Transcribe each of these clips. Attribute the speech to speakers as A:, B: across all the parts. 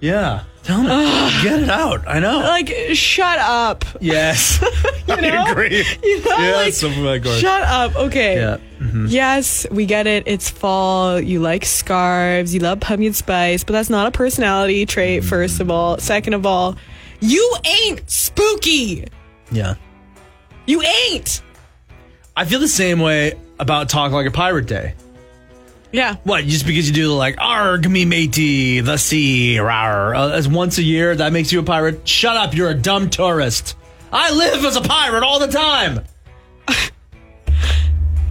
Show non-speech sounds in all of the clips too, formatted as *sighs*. A: Yeah. *sighs* Tell me. Get it out. I know.
B: Like, shut up.
A: *laughs* yes.
B: know?
A: *laughs* I agree.
B: You know,
A: yeah,
B: like,
A: something like that.
B: Shut up. Okay.
A: Yeah.
B: Yes, we get it. It's fall. You like scarves. You love pumpkin spice, but that's not a personality trait, first of all. Second of all, you ain't spooky.
A: yeah.
B: You ain't.
A: I feel the same way about Talk Like a Pirate Day.
B: Yeah.
A: What? Just because you do the like, arg me matey, the sea, rawr, uh, as once a year, that makes you a pirate. Shut up, you're a dumb tourist. I live as a pirate all the time.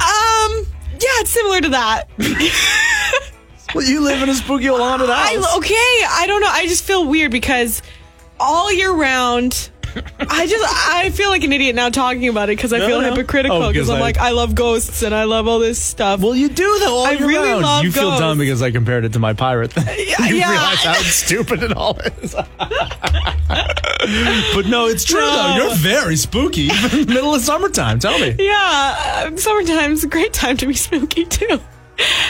B: Um, yeah, it's similar to that.
A: Well, you live in a spooky old haunted
B: I,
A: house.
B: okay, I don't know. I just feel weird because all year round, I just I feel like an idiot now talking about it because I
A: No,
B: feel
A: no.
B: hypocritical
A: Oh,
B: because
A: 'cause
B: I'm
A: I-
B: like I love ghosts and I love all this stuff.
A: well, you do though. All
B: I
A: year
B: really
A: round.
B: love
A: You feel
B: ghosts.
A: dumb because I compared it to my pirate thing. *laughs*
B: Yeah,
A: you
B: yeah.
A: realize how stupid it all is. *laughs* but no, it's true
B: No.
A: though. You're very spooky. *laughs* Middle of summertime. Tell me.
B: Yeah, uh, summertime's a great time to be spooky too.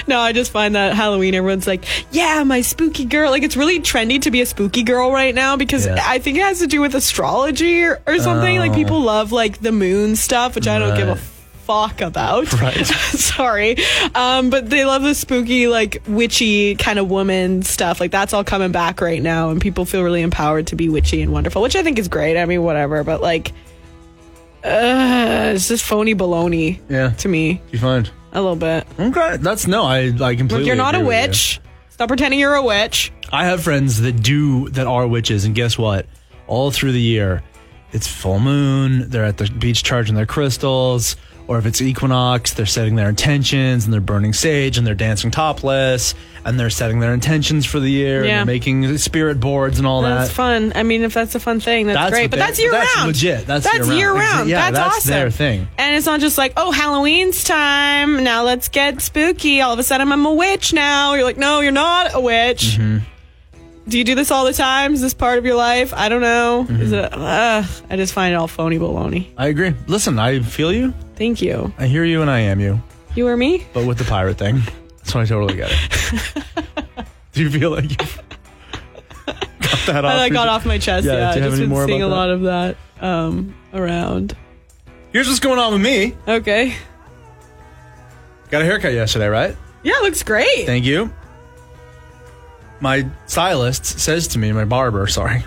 B: No, I just find that Halloween, everyone's like, yeah, my spooky girl. Like, it's really trendy to be a spooky girl right now because
A: Yeah.
B: I think it has to do with astrology or, or something. Like, people love, like, the moon stuff, which I don't give a
A: Oh. Right.
B: fuck about.
A: *laughs* Right.
B: *laughs* Sorry. Um, but they love the spooky, like, witchy kind of woman stuff. Like, that's all coming back right now, and people feel really empowered to be witchy and wonderful, which I think is great. I mean, whatever. But, like, uh, it's just phony baloney
A: Yeah.
B: to me
A: You find.
B: a little bit.
A: Okay, that's no. I I completely.
B: If you're not a
A: agree with you.
B: witch, stop pretending you're a witch.
A: I have friends that do that are witches, and guess what? All through the year, it's full moon. They're at the beach charging their crystals, or if it's equinox, they're setting their intentions and they're burning sage and they're dancing topless and they're setting their intentions for the year
B: Yeah.
A: and they're making spirit boards and all
B: That's
A: that.
B: fun. I mean, if that's a fun thing, that's,
A: That's
B: great.
A: what
B: But
A: they-
B: that's year
A: that's
B: round.
A: legit. That's year-round.
B: year round.
A: Exa- yeah,
B: that's,
A: that's
B: awesome.
A: their thing.
B: And it's not just like, oh, Halloween's time. Now let's get spooky. All of a sudden, I'm a witch now. You're like, no, you're not a witch.
A: Mm-hmm.
B: Do you do this all the time? Is this part of your life? I don't know.
A: Mm-hmm.
B: Is it? Ugh, I just find it all phony baloney.
A: I agree. Listen, I feel you,
B: Thank you.
A: I hear you, and I am you,
B: You or me?
A: but with the pirate thing, that's what I totally get it.
B: *laughs*
A: do you feel like you got that off?
B: I
A: your-
B: got off my chest.
A: Yeah,
B: Yeah,
A: do you have
B: I've just
A: any
B: been
A: more
B: seeing a
A: about that?
B: lot of that um, around.
A: Here's what's going on with me.
B: Okay.
A: Got a haircut yesterday, right?
B: Yeah, it looks great.
A: Thank you. My stylist says to me, my barber, sorry,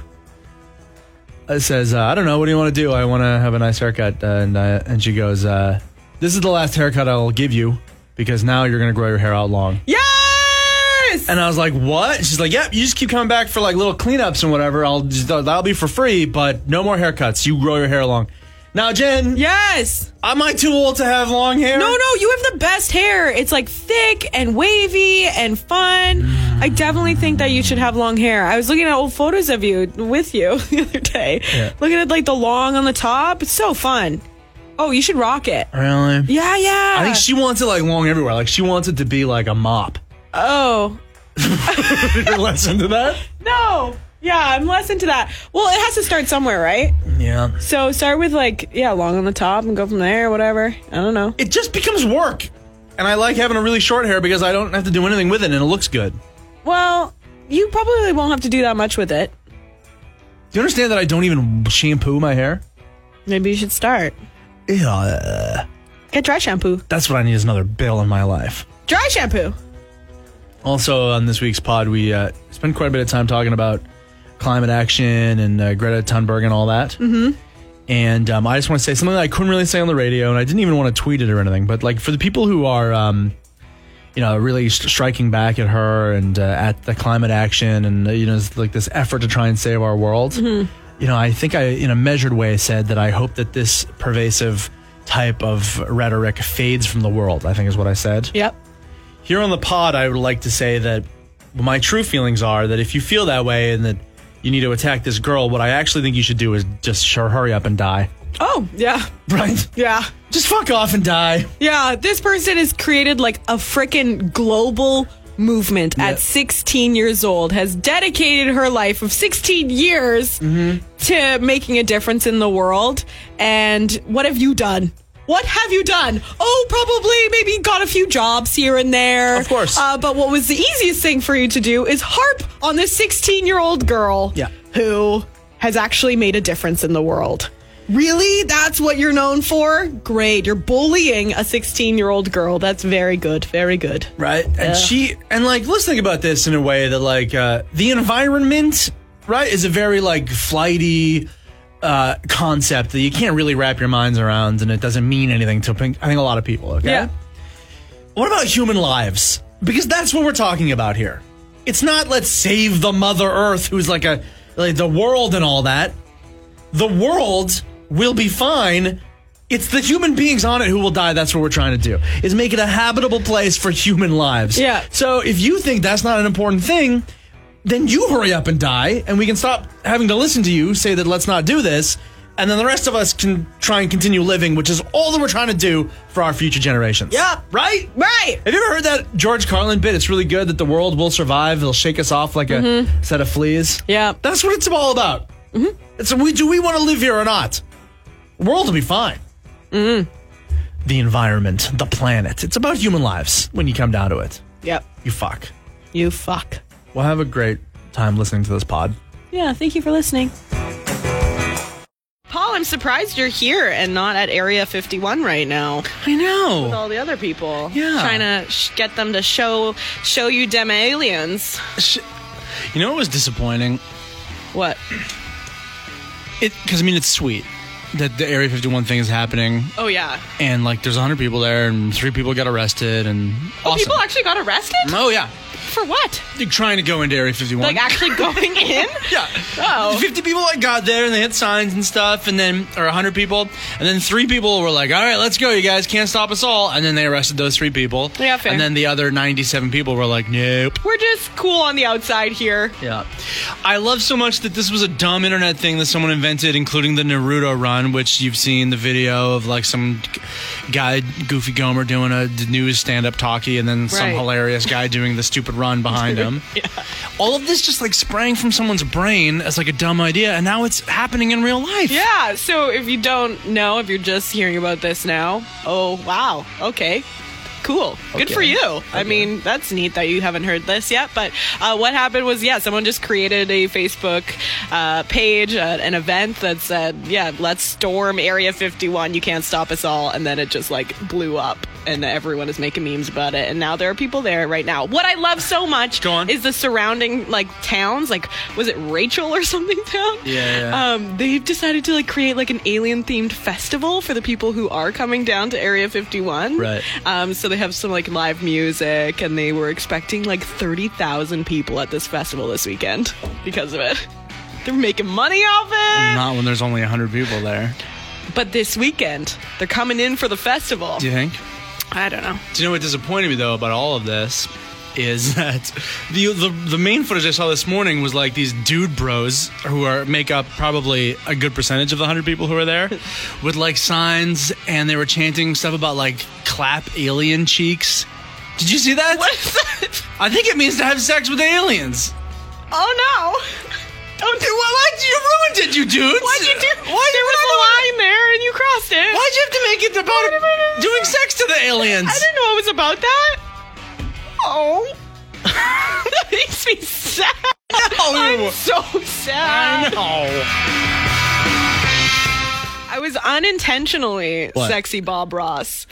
A: uh, says, uh, I don't know, what do you want to do? I want to have a nice haircut. Uh, and, uh, and she goes, uh, This is the last haircut I'll give you because now you're going to grow your hair out long.
B: Yes!
A: And I was like, What? She's like, Yep, you just keep coming back for like little cleanups and whatever. I'll just, that'll be for free, but no more haircuts. You grow your hair long. Now, Jen,
B: Yes!
A: am I too old to have long hair?
B: No, no, you have the best hair. It's like thick and wavy and fun. I definitely think that you should have long hair. I was looking at old photos of you with you *laughs* the other day.
A: Yeah.
B: Looking at like the long on the top. It's so fun. Oh, you should rock it.
A: Really?
B: Yeah, yeah.
A: I think she wants it like long everywhere. Like she wants it to be like a mop. *laughs*
B: oh.
A: Did you listen to that?
B: No. Yeah, I'm less into that. Well, it has to start somewhere, right?
A: Yeah.
B: So start with like, yeah, long on the top and go from there, whatever. I don't know.
A: It just becomes work. And I like having a really short hair because I don't have to do anything with it and it looks good. Do
B: Well, you probably won't have to do that much with it.
A: you understand that I don't even shampoo my hair?
B: Maybe you should start.
A: Yeah.
B: Get dry shampoo.
A: That's what I need is another bill in my life.
B: Dry shampoo.
A: Also, on this week's pod, we uh, spent quite a bit of time talking about climate action and uh, Greta Thunberg and all that. Mm-hmm. And um, I just want to say something that I couldn't really say on the radio, and I didn't even want to tweet it or anything. But like for the people who are, um, you know, really st- striking back at her and uh, at the climate action, and uh, you know, it's like this effort to try and save our world. You know, I think I, in a measured way, said that I hope that this pervasive type of rhetoric fades from the world. I think is what I said
B: Yep.
A: here on the pod, I would like to say that my true feelings are that if you feel that way and that you need to attack this girl, what I actually think you should do is just sure hurry up and die. *laughs*
B: Oh, yeah.
A: Right?
B: Yeah.
A: Just fuck off and die.
B: Yeah. This person has created like a freaking global movement
A: Yeah.
B: at 16 years old, has dedicated her life of 16
C: Mm-hmm.
B: years to making a difference in the world. And what have you done? What have you done? Oh, probably maybe got a few jobs here and there.
C: Of course.
B: Uh, but what was the easiest thing for you to do is harp on this 16 year old girl
C: Yeah.
B: who has actually made a difference in the world. Really? That's what you're known for? Great. You're bullying a 16 year old girl. That's very good. Very good.
C: right? And she and like let's think about this in a way that like uh, the environment, right, is a very like flighty uh, concept that you can't really wrap your minds around, and it doesn't mean anything to I think a lot of people. Okay,
B: Yeah.
C: what about human lives? Because that's what we're talking about here. It's not let's save the Mother Earth, who's like a like the world and all that. The world will be fine. It's the human beings on it who will die. That's what we're trying to do: is make it a habitable place for human lives.
B: Yeah.
C: So if you think that's not an important thing, then you hurry up and die, and we can stop having to listen to you say that let's not do this, and then the rest of us can try and continue living, which is all that we're trying to do for our future generations.
B: Yeah.
C: Right?
B: Right.
C: Have you ever heard that George Carlin bit? It's really good that the world will survive. It'll shake us off like a set of fleas.
B: Yeah.
C: That's what it's all about. Mm-hmm. It's we do we want to live here or not? The world will be fine. Mm-hmm. The environment, the planet. It's about human lives when you come down to it.
B: Yep.
C: You fuck.
B: You fuck.
C: Well, have a great time listening to this pod.
B: Yeah, thank you for listening. Paul, I'm surprised you're here and not at Area 51 right now.
C: I know.
B: All the other people,
C: Yeah.
B: trying to sh- get them to show show you dem aliens.
A: You know what was disappointing?
B: What?
A: It because I mean it's sweet that the Area 51 thing is happening,
B: Oh yeah,
A: and like there's 100 people there, and three people got arrested, and awesome.
B: Oh, people actually got arrested
A: oh yeah,
B: for what?
A: they're trying to go into Area 51.
B: Like actually going in?
A: *laughs* yeah.
B: Oh.
A: 50 people like got there and they had signs and stuff and then or 100 people and then three people were like all right let's go you guys can't stop us all and then they arrested those three people
B: Yeah, fair.
A: and then the other 97 people were like nope
B: We're just cool on the outside here.
A: Yeah. I love so much that this was a dumb internet thing that someone invented, including the Naruto run, which you've seen the video of like some g- guy, Goofy Gomer, doing a d- news stand up talkie and then some
B: Right.
A: hilarious guy doing the stupid
B: *laughs*
A: run behind him. All of this just like sprang from someone's brain as like a dumb idea, and now it's happening in real life.
B: Yeah. So if you don't know, if you're just hearing about this now, oh wow, okay. Cool. Good for you. I mean, that's neat that you haven't heard this yet. But uh, what happened was, yeah, someone just created a Facebook uh, page, uh, an event that said, yeah, let's storm Area 51. You can't stop us all. And then it just like blew up, and everyone is making memes about it. And now there are people there right now. What I love so
A: *sighs*
B: much
A: Go on.
B: is the surrounding like towns. Like, was it Rachel or something *laughs* town?
A: Yeah, yeah.
B: Um, they've decided to like create like an alien themed festival for the people who are coming down to Area 51.
A: Right.
B: Um, so they have some like live music, and they were expecting like 30,000 people at this festival this weekend because of it. They're making money off it.
A: Not when there's only 100 people there.
B: But this weekend, they're coming in for the festival.
A: Do you think?
B: I don't know.
A: Do you know what disappointed me though about all of this is *laughs* that the, the the main footage I saw this morning was like these dude bros who are make up probably a good percentage of the hundred people who are
B: *laughs*
A: there with like signs and they were chanting stuff about like clap alien cheeks. Did you see that?
B: What is that?
A: I think it means to have sex with aliens.
B: Oh no. Don't do what?
A: What? You ruined it, you dudes.
B: Why'd you do?
A: Why
B: there was a line there and you crossed it.
A: Why'd you have to make it about doing sex to the aliens?
B: I didn't know it was about that. Oh. *laughs* that makes me sad. I'm so sad.
A: know.
B: I was unintentionally
A: What?
B: sexy Bob Ross.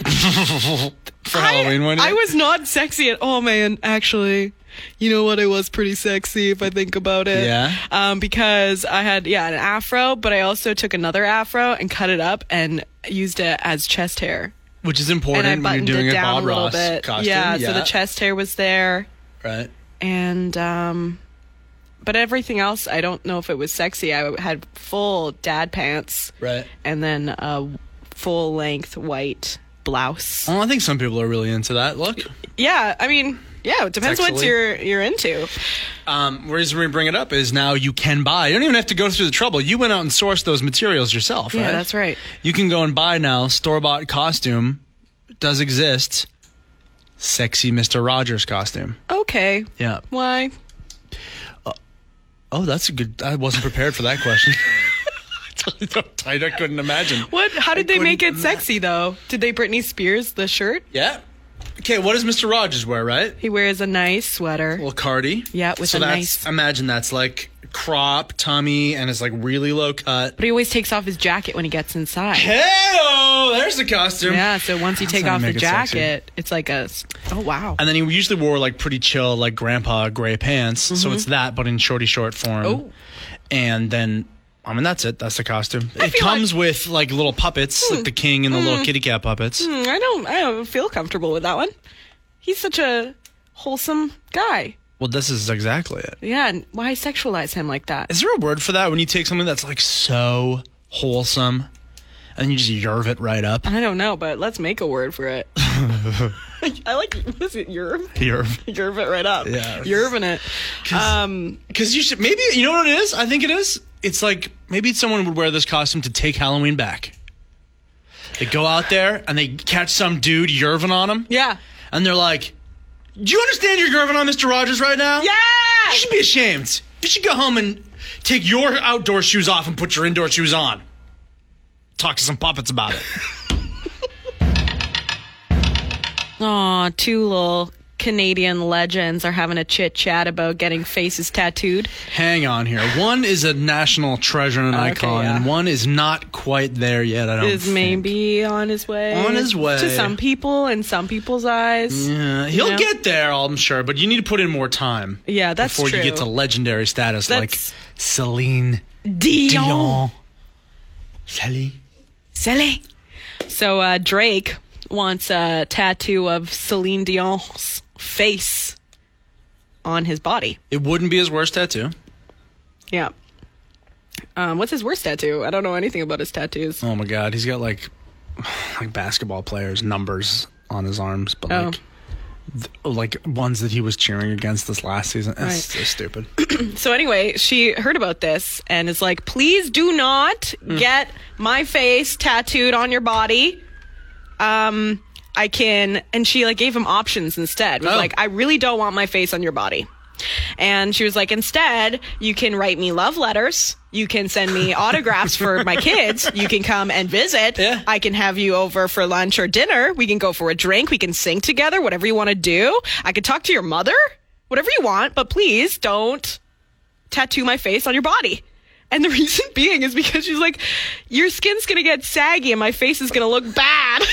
A: For Halloween one
B: I,
A: day.
B: I was not sexy at all, man, actually. You know what? I was pretty sexy if I think about it.
A: Yeah?
B: Um, because I had, yeah, an afro, but I also took another afro and cut it up and used it as chest hair.
A: which is
B: And
A: important
B: I
A: when
B: buttoned
A: you're doing
B: it
A: a
B: down
A: Bob
B: a little
A: Ross
B: bit.
A: costume.
B: yeah, so the chest hair was there.
A: Right.
B: and um but everything else i don't know if it was sexy i had full dad pants
A: Right.
B: and then a full length white blouse
A: Well, I think some people are really into that look.
B: yeah i mean yeah it depends what
A: Sexually.
B: you're you're into
A: Um, the reason we bring it up is now you can buy. You don't even have to go through the trouble. You went out and sourced those materials yourself.
B: yeah
A: right?
B: that's right
A: You can go and buy now. Store bought costume does exist. Sexy Mr. Rogers costume.
B: okay
A: Yeah.
B: why
A: *laughs* Oh, that's a good. I wasn't prepared for that question. I couldn't imagine.
B: What? How did
A: I
B: they make it
A: couldn't
B: sexy though? Did they Britney Spears the shirt?
A: Yeah. Okay, what does Mr. Rogers wear, right?
B: He wears a nice sweater.
A: Well, Cardi.
B: Yeah, with
A: so
B: a
A: that's,
B: nice-
A: Imagine that's like crop, tummy, and it's like really low cut.
B: but he always takes off his jacket when he gets inside.
A: Hey, there's the costume.
B: Yeah, so once you take
A: how you
B: off the
A: make it sexy.
B: jacket, it's like a s- oh wow.
A: And then he usually wore like pretty chill, like grandpa gray pants. So it's that, but in shorty short form.
B: Mm-hmm. Oh.
A: And then, I mean, that's it. That's the costume. it
B: feel like- Hmm.
A: comes with like little puppets, like the king and the little kitty cat puppets.
B: Mm, I don't I don't feel comfortable with that one. He's such a wholesome guy.
A: Well, this is exactly it.
B: Yeah, and why sexualize him like that?
A: Is there a word for that when you take something that's like so wholesome and you just yerv it right up? *laughs*
B: I don't know, but let's make a word for it. I like what is it, Yerv?
A: Yerv.
B: Yerv it right up.
A: Yeah.
B: Yerving it. Um
A: Because you should maybe you know what it is. I think it is. It's like maybe someone would wear this costume to take Halloween back. They go out there and they catch some dude yerving on him,
B: yeah.
A: and they're like, "Do you understand you're yerving on Mister Rogers right now?
B: Yeah!
A: you should be ashamed. You should go home and take your outdoor shoes off and put your indoor shoes on. Talk to some puppets about
B: *laughs*
A: it.
B: Aw, two little Canadian legends are having a chit chat about getting faces tattooed.
A: Hang on here. One is a national treasure and an
B: Okay,
A: icon, and
B: yeah.
A: one is not quite there yet. I don't.
B: Is
A: think.
B: maybe on his way.
A: On his way. Mm.
B: To some people in some people's eyes.
A: Yeah, he'll
B: know?
A: get there, I'm sure, but you need to put in more time.
B: Yeah, that's
A: before you
B: true.
A: get to legendary status
B: That's-
A: like Celine
B: Dion.
A: Dion. Celine.
B: Silly. So uh, Drake wants a tattoo of Celine Dion's face on his body.
A: It wouldn't be his worst tattoo.
B: Yeah. Um, what's his worst tattoo? I don't know anything about his tattoos.
A: Oh my god, he's got like *sighs* like basketball players numbers on his arms, but
B: Oh.
A: like like ones that he was cheering against this last season. That's so stupid.
B: So anyway, she heard about this and is like, "Please do not get my face tattooed on your body." Um, I can, and she like gave him options instead. Was
A: Oh.
B: like, "I really don't want my face on your body," and she was like, "Instead, you can write me love letters." You can send me autographs for my kids. You can come and visit.
A: Yeah.
B: I can have you over for lunch or dinner. We can go for a drink. We can sing together, whatever you want to do. I can talk to your mother, whatever you want, but please don't tattoo my face on your body. And the *laughs* reason being is because she's like, your skin's gonna get saggy and my face is gonna look bad. *laughs*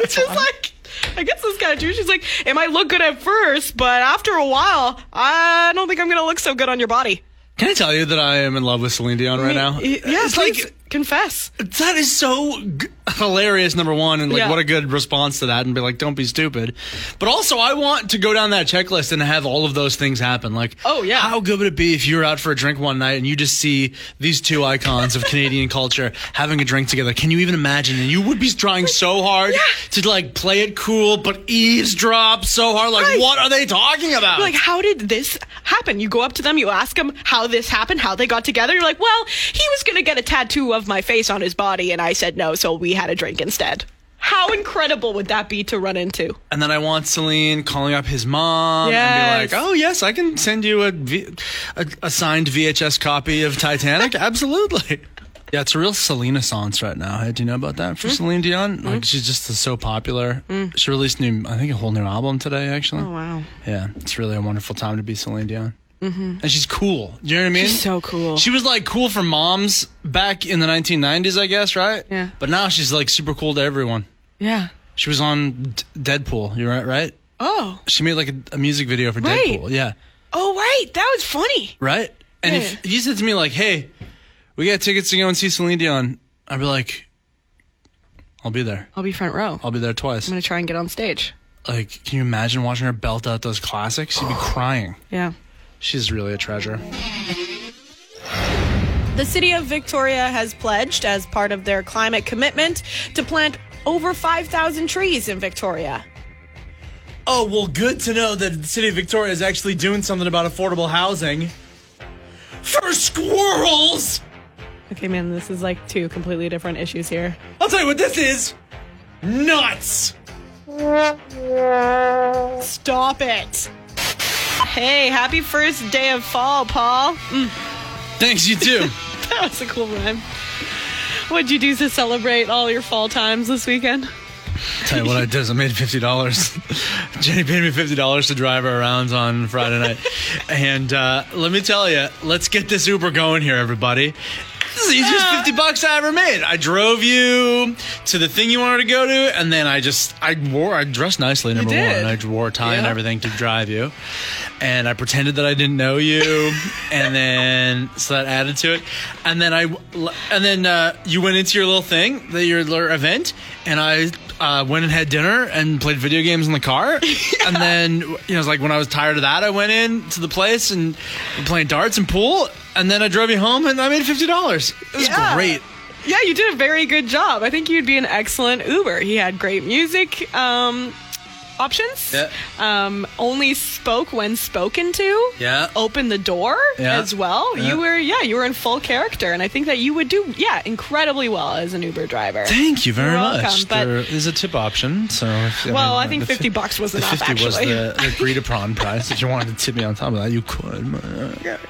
B: Which is like, I guess this kind of true. She's like, it might look good at first, but after a while, I don't think I'm gonna look so good on your body.
A: Can I tell you that I am in love with Celine Dion right now?
B: Y- Yeah,
A: it's
B: please
A: like
B: confess.
A: That is so g- hilarious, number one, and like
B: Yeah.
A: what a good response to that, and be like, don't be stupid. But also, I want to go down that checklist and have all of those things happen. Like,
B: Oh, yeah.
A: how good would it be if you were out for a drink one night and you just see these two icons
B: *laughs*
A: of Canadian culture having a drink together? Can you even imagine? And you would be trying so hard to like play it cool, but eavesdrop so hard. Like,
B: Right.
A: what are they talking about?
B: Like, how did this happen? You go up to them, you ask them how this happened, how they got together. You're like, well, he was going to get a tattoo of my face on his body, and I said no, so we had a drink instead. How incredible would that be to run into?
A: And then I want Celine calling up his mom and
B: Yes.
A: be like, "Oh yes, I can send you a, v- a, a signed VHS copy of *laughs* Titanic." Absolutely. Yeah, it's a real Selena song right now. Do you know about that for Celine Dion? Like she's just so popular. She released new, I think, a whole new album today. Actually. Mm. Oh
B: wow.
A: Yeah, it's really a wonderful time to be Celine Dion. Mm-hmm. And she's cool. You know what I mean?
B: She's so cool.
A: She was like cool for moms back in the 1990s, I guess, right?
B: Yeah.
A: But now she's like super cool to everyone.
B: Yeah.
A: She was on D- Deadpool. You're right, right?
B: Oh,
A: She made like a, a music video for
B: Right.
A: Deadpool. Yeah.
B: oh, right. That was funny.
A: Right? And
B: Yeah.
A: if you said to me, like, hey, we got tickets to go and see Celine Dion, I'd be like, I'll be there.
B: I'll be front row. I'm
A: I'll be there twice.
B: going to try and get on stage.
A: Like, can you imagine watching her belt out those classics? She'd be crying.
B: Yeah.
A: She's really a treasure.
B: The city of Victoria has pledged, as part of their climate commitment, to plant over 5,000 trees in Victoria.
C: Oh, well, good to know that the city of Victoria is actually doing something about affordable housing for squirrels.
B: Okay, man, this is like two completely different issues here.
C: I'll tell you what this is nuts.
B: Stop it. Hey, happy first day of fall, Paul. *laughs* Mm,
A: Thanks, you too.
C: *laughs*
B: that was a cool rhyme. What'd you do to celebrate all your fall times this weekend?
A: Tell you what I did is I made fifty
B: *laughs*
A: dollars. Jenny paid me fifty dollars to drive her around on Friday night, and uh, let me tell you, let's get this Uber going here, everybody. This is the easiest
B: Yeah. *laughs*
A: fifty bucks I ever made. I drove you to the thing you wanted to go to, and then I just I wore I dressed nicely number
B: did.
A: one. I wore a tie and
B: Yeah.
A: everything to drive you, and I pretended that I didn't know
B: *laughs*
A: you, and then so that added to it, and then I and then uh, you went into your little thing, the, your little event, and I uh, went and had dinner and played video games in the
B: *laughs*
A: car, and then you know it's like when I was tired of that, I went in to the place and playing darts and pool, and then I drove you home and I made fifty dollars. It was
B: Yeah.
A: great.
B: Yeah, you did a very good job. I think you'd be an excellent Uber. He had great music um, options.
A: Yeah.
B: Um, only spoke when spoken to.
A: Yeah.
B: Opened the door
A: Yeah.
B: as well.
A: Yeah.
B: You were yeah, you were in full character, and I think that you would do yeah incredibly well as an Uber driver.
A: Thank you very
B: You're
A: much.
B: welcome, but-
A: there is a tip option, so if-
B: Well, I
A: mean, *laughs*
B: think
A: the fif-
B: fifty bucks was
A: The
B: enough.
A: 50
B: Actually,
A: was the, the agreed upon price. If you wanted to tip me on top of that, you could.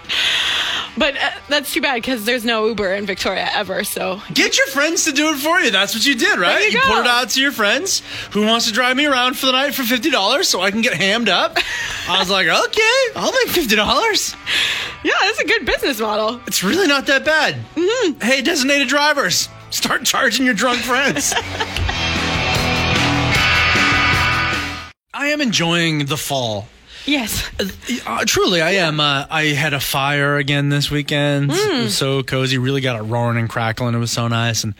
B: but uh, that's too bad because there's no Uber in Victoria ever. So
A: Get your friends to do it for you. That's what you did, right?
B: you go.
A: put it out to your friends. Who wants to drive me around for the night for $50 so I can get hammed up? I was like, okay, I'll make $50.
B: yeah, that's a good business model. Mm-hmm.
A: It's really not that bad. Hey, designated drivers, start charging your drunk *laughs* friends. I am enjoying the fall.
B: Yes.
A: Uh, truly, I am. Uh, I had a fire again this weekend.
B: Hmm.
A: It was so cozy. Really got it roaring and crackling. It was so nice. And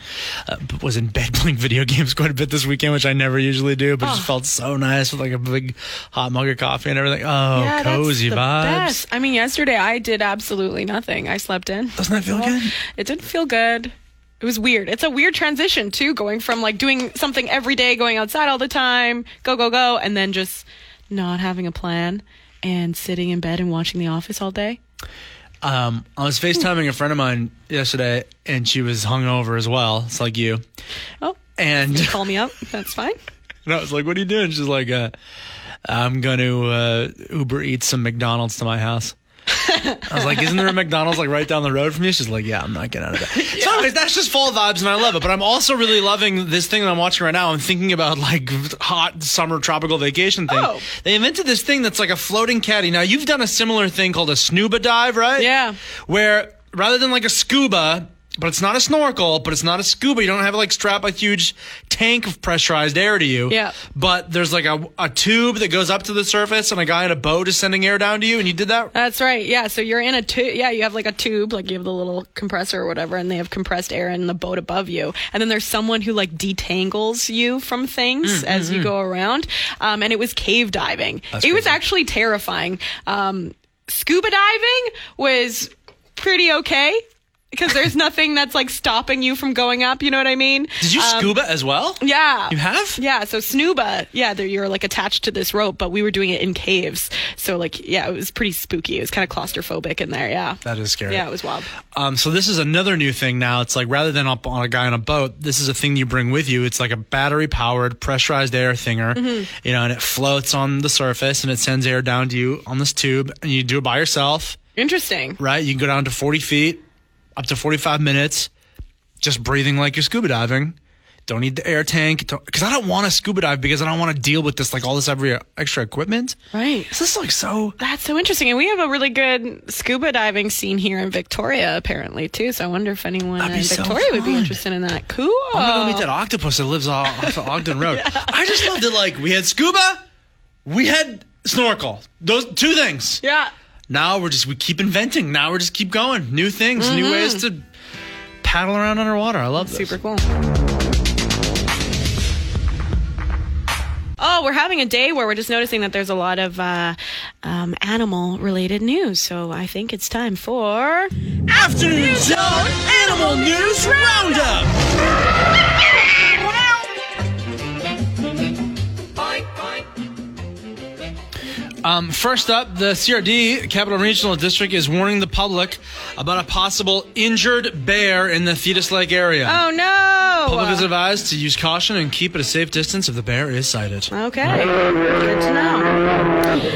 A: uh, b- was in bed *laughs* playing video games quite a bit this weekend, which I never usually do. But it
B: Oh.
A: just felt so nice with like a big hot mug of coffee and everything. Oh,
B: yeah,
A: cozy
B: that's the
A: vibes.
B: Best. I mean, yesterday I did absolutely nothing. I slept in.
A: Doesn't that feel good?
B: It didn't feel good. It was weird. It's a weird transition too, going from like doing something every day, going outside all the time, go go go, and then just not having a plan and sitting in bed and watching The Office all day.
A: Um, I was FaceTiming a friend of mine yesterday, and she was hungover as well. It's like you.
B: Oh,
A: And
B: call me up. That's fine.
A: And I was like, "What are you doing?" She's like, uh, "I'm going to uh, Uber eat some McDonald's to my house." I was like, "Isn't there a McDonald's like right down the road from you?" She's like, "Yeah, I'm not getting out of
B: *laughs*
A: that." So, anyways, that's just fall vibes, and I love it. But I'm also really loving this thing that I'm watching right now. I'm thinking about like hot summer tropical vacation thing.
B: Oh.
A: They invented this thing that's like a floating caddy. Now you've done a similar thing called a snuba dive, right?
B: Yeah.
A: Where rather than like a scuba, but it's not a snorkel, but it's not a scuba. You don't have to like strap a huge tank of pressurized air to you.
B: Yeah.
A: But there's like a, a tube that goes up to the surface and a guy in a boat is sending air down to you and you did that?
B: That's right. Yeah. So you're in a tube. Yeah, you have like a tube, like you have the little compressor or whatever, and they have compressed air in the boat above you. And then there's someone who like detangles you from things as you go around. Um, and it was cave diving. it was actually terrifying. Um, scuba diving was pretty okay because there's *laughs* nothing that's like stopping you from going up. You know what I mean?
A: Did you
B: Um,
A: scuba as well?
B: Yeah.
A: You have?
B: Yeah, so snuba, yeah, there you're like attached to this rope, but we were doing it in caves. So like, yeah, it was pretty spooky. It was kind of claustrophobic in there, yeah.
A: That is scary.
B: Yeah, it was wild.
A: Um, so this is another new thing now. It's like rather than up on a guy on a boat, this is a thing you bring with you. It's like a battery powered pressurized air thinger,
B: Mm-hmm.
A: you know, and it floats on the surface and it sends air down to you on this tube and you do it by yourself,
B: Interesting.
A: right? You can go down to 40 feet, up to 45 minutes, just breathing like you're scuba diving. Don't need the air tank. Because I don't want to scuba dive because I don't want to deal with this, like all this every extra equipment.
B: Right.
A: This is like so
B: That's so interesting. And we have a really good scuba diving scene here in Victoria, apparently, too. So I wonder if anyone
A: That'd
B: in
A: be so
B: Victoria would be
A: fun.
B: interested in that. Cool.
A: I'm gonna go meet that octopus that lives off, off of Ogden *laughs* Road. I just loved it. Like we had scuba, we had snorkel. Those two things.
B: Yeah.
A: Now we're just we keep inventing. Now we're just keep going. New things, new ways to paddle around underwater. I love this.
B: Super cool. Oh, we're having a day where we're just noticing that there's a lot of uh, um, animal related news. So I think it's time for.
A: Afternoon Zone Animal News Roundup. Um, first up, the CRD, Capital Regional District, is warning the public about a possible injured bear in the Thetis Lake area.
B: Oh, no.
A: public is advised to use caution and keep at a safe distance if the bear is sighted.
B: Okay, good to know.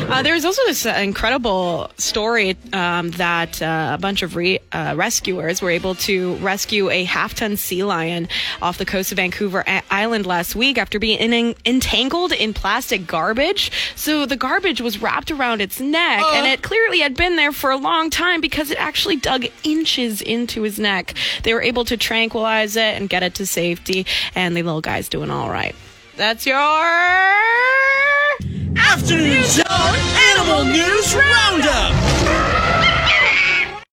B: Uh, there was also this uh, incredible story um, that uh, a bunch of re- uh, rescuers were able to rescue a half-ton sea lion off the coast of Vancouver I- Island last week after being in- entangled in plastic garbage. So the garbage was wrapped around its neck, and it clearly had been there for a long time because it actually dug inches into his neck. They were able to tranquilize it and get it to safety, and the little guy's doing all right. That's your
C: Afternoon Zone Animal News Roundup.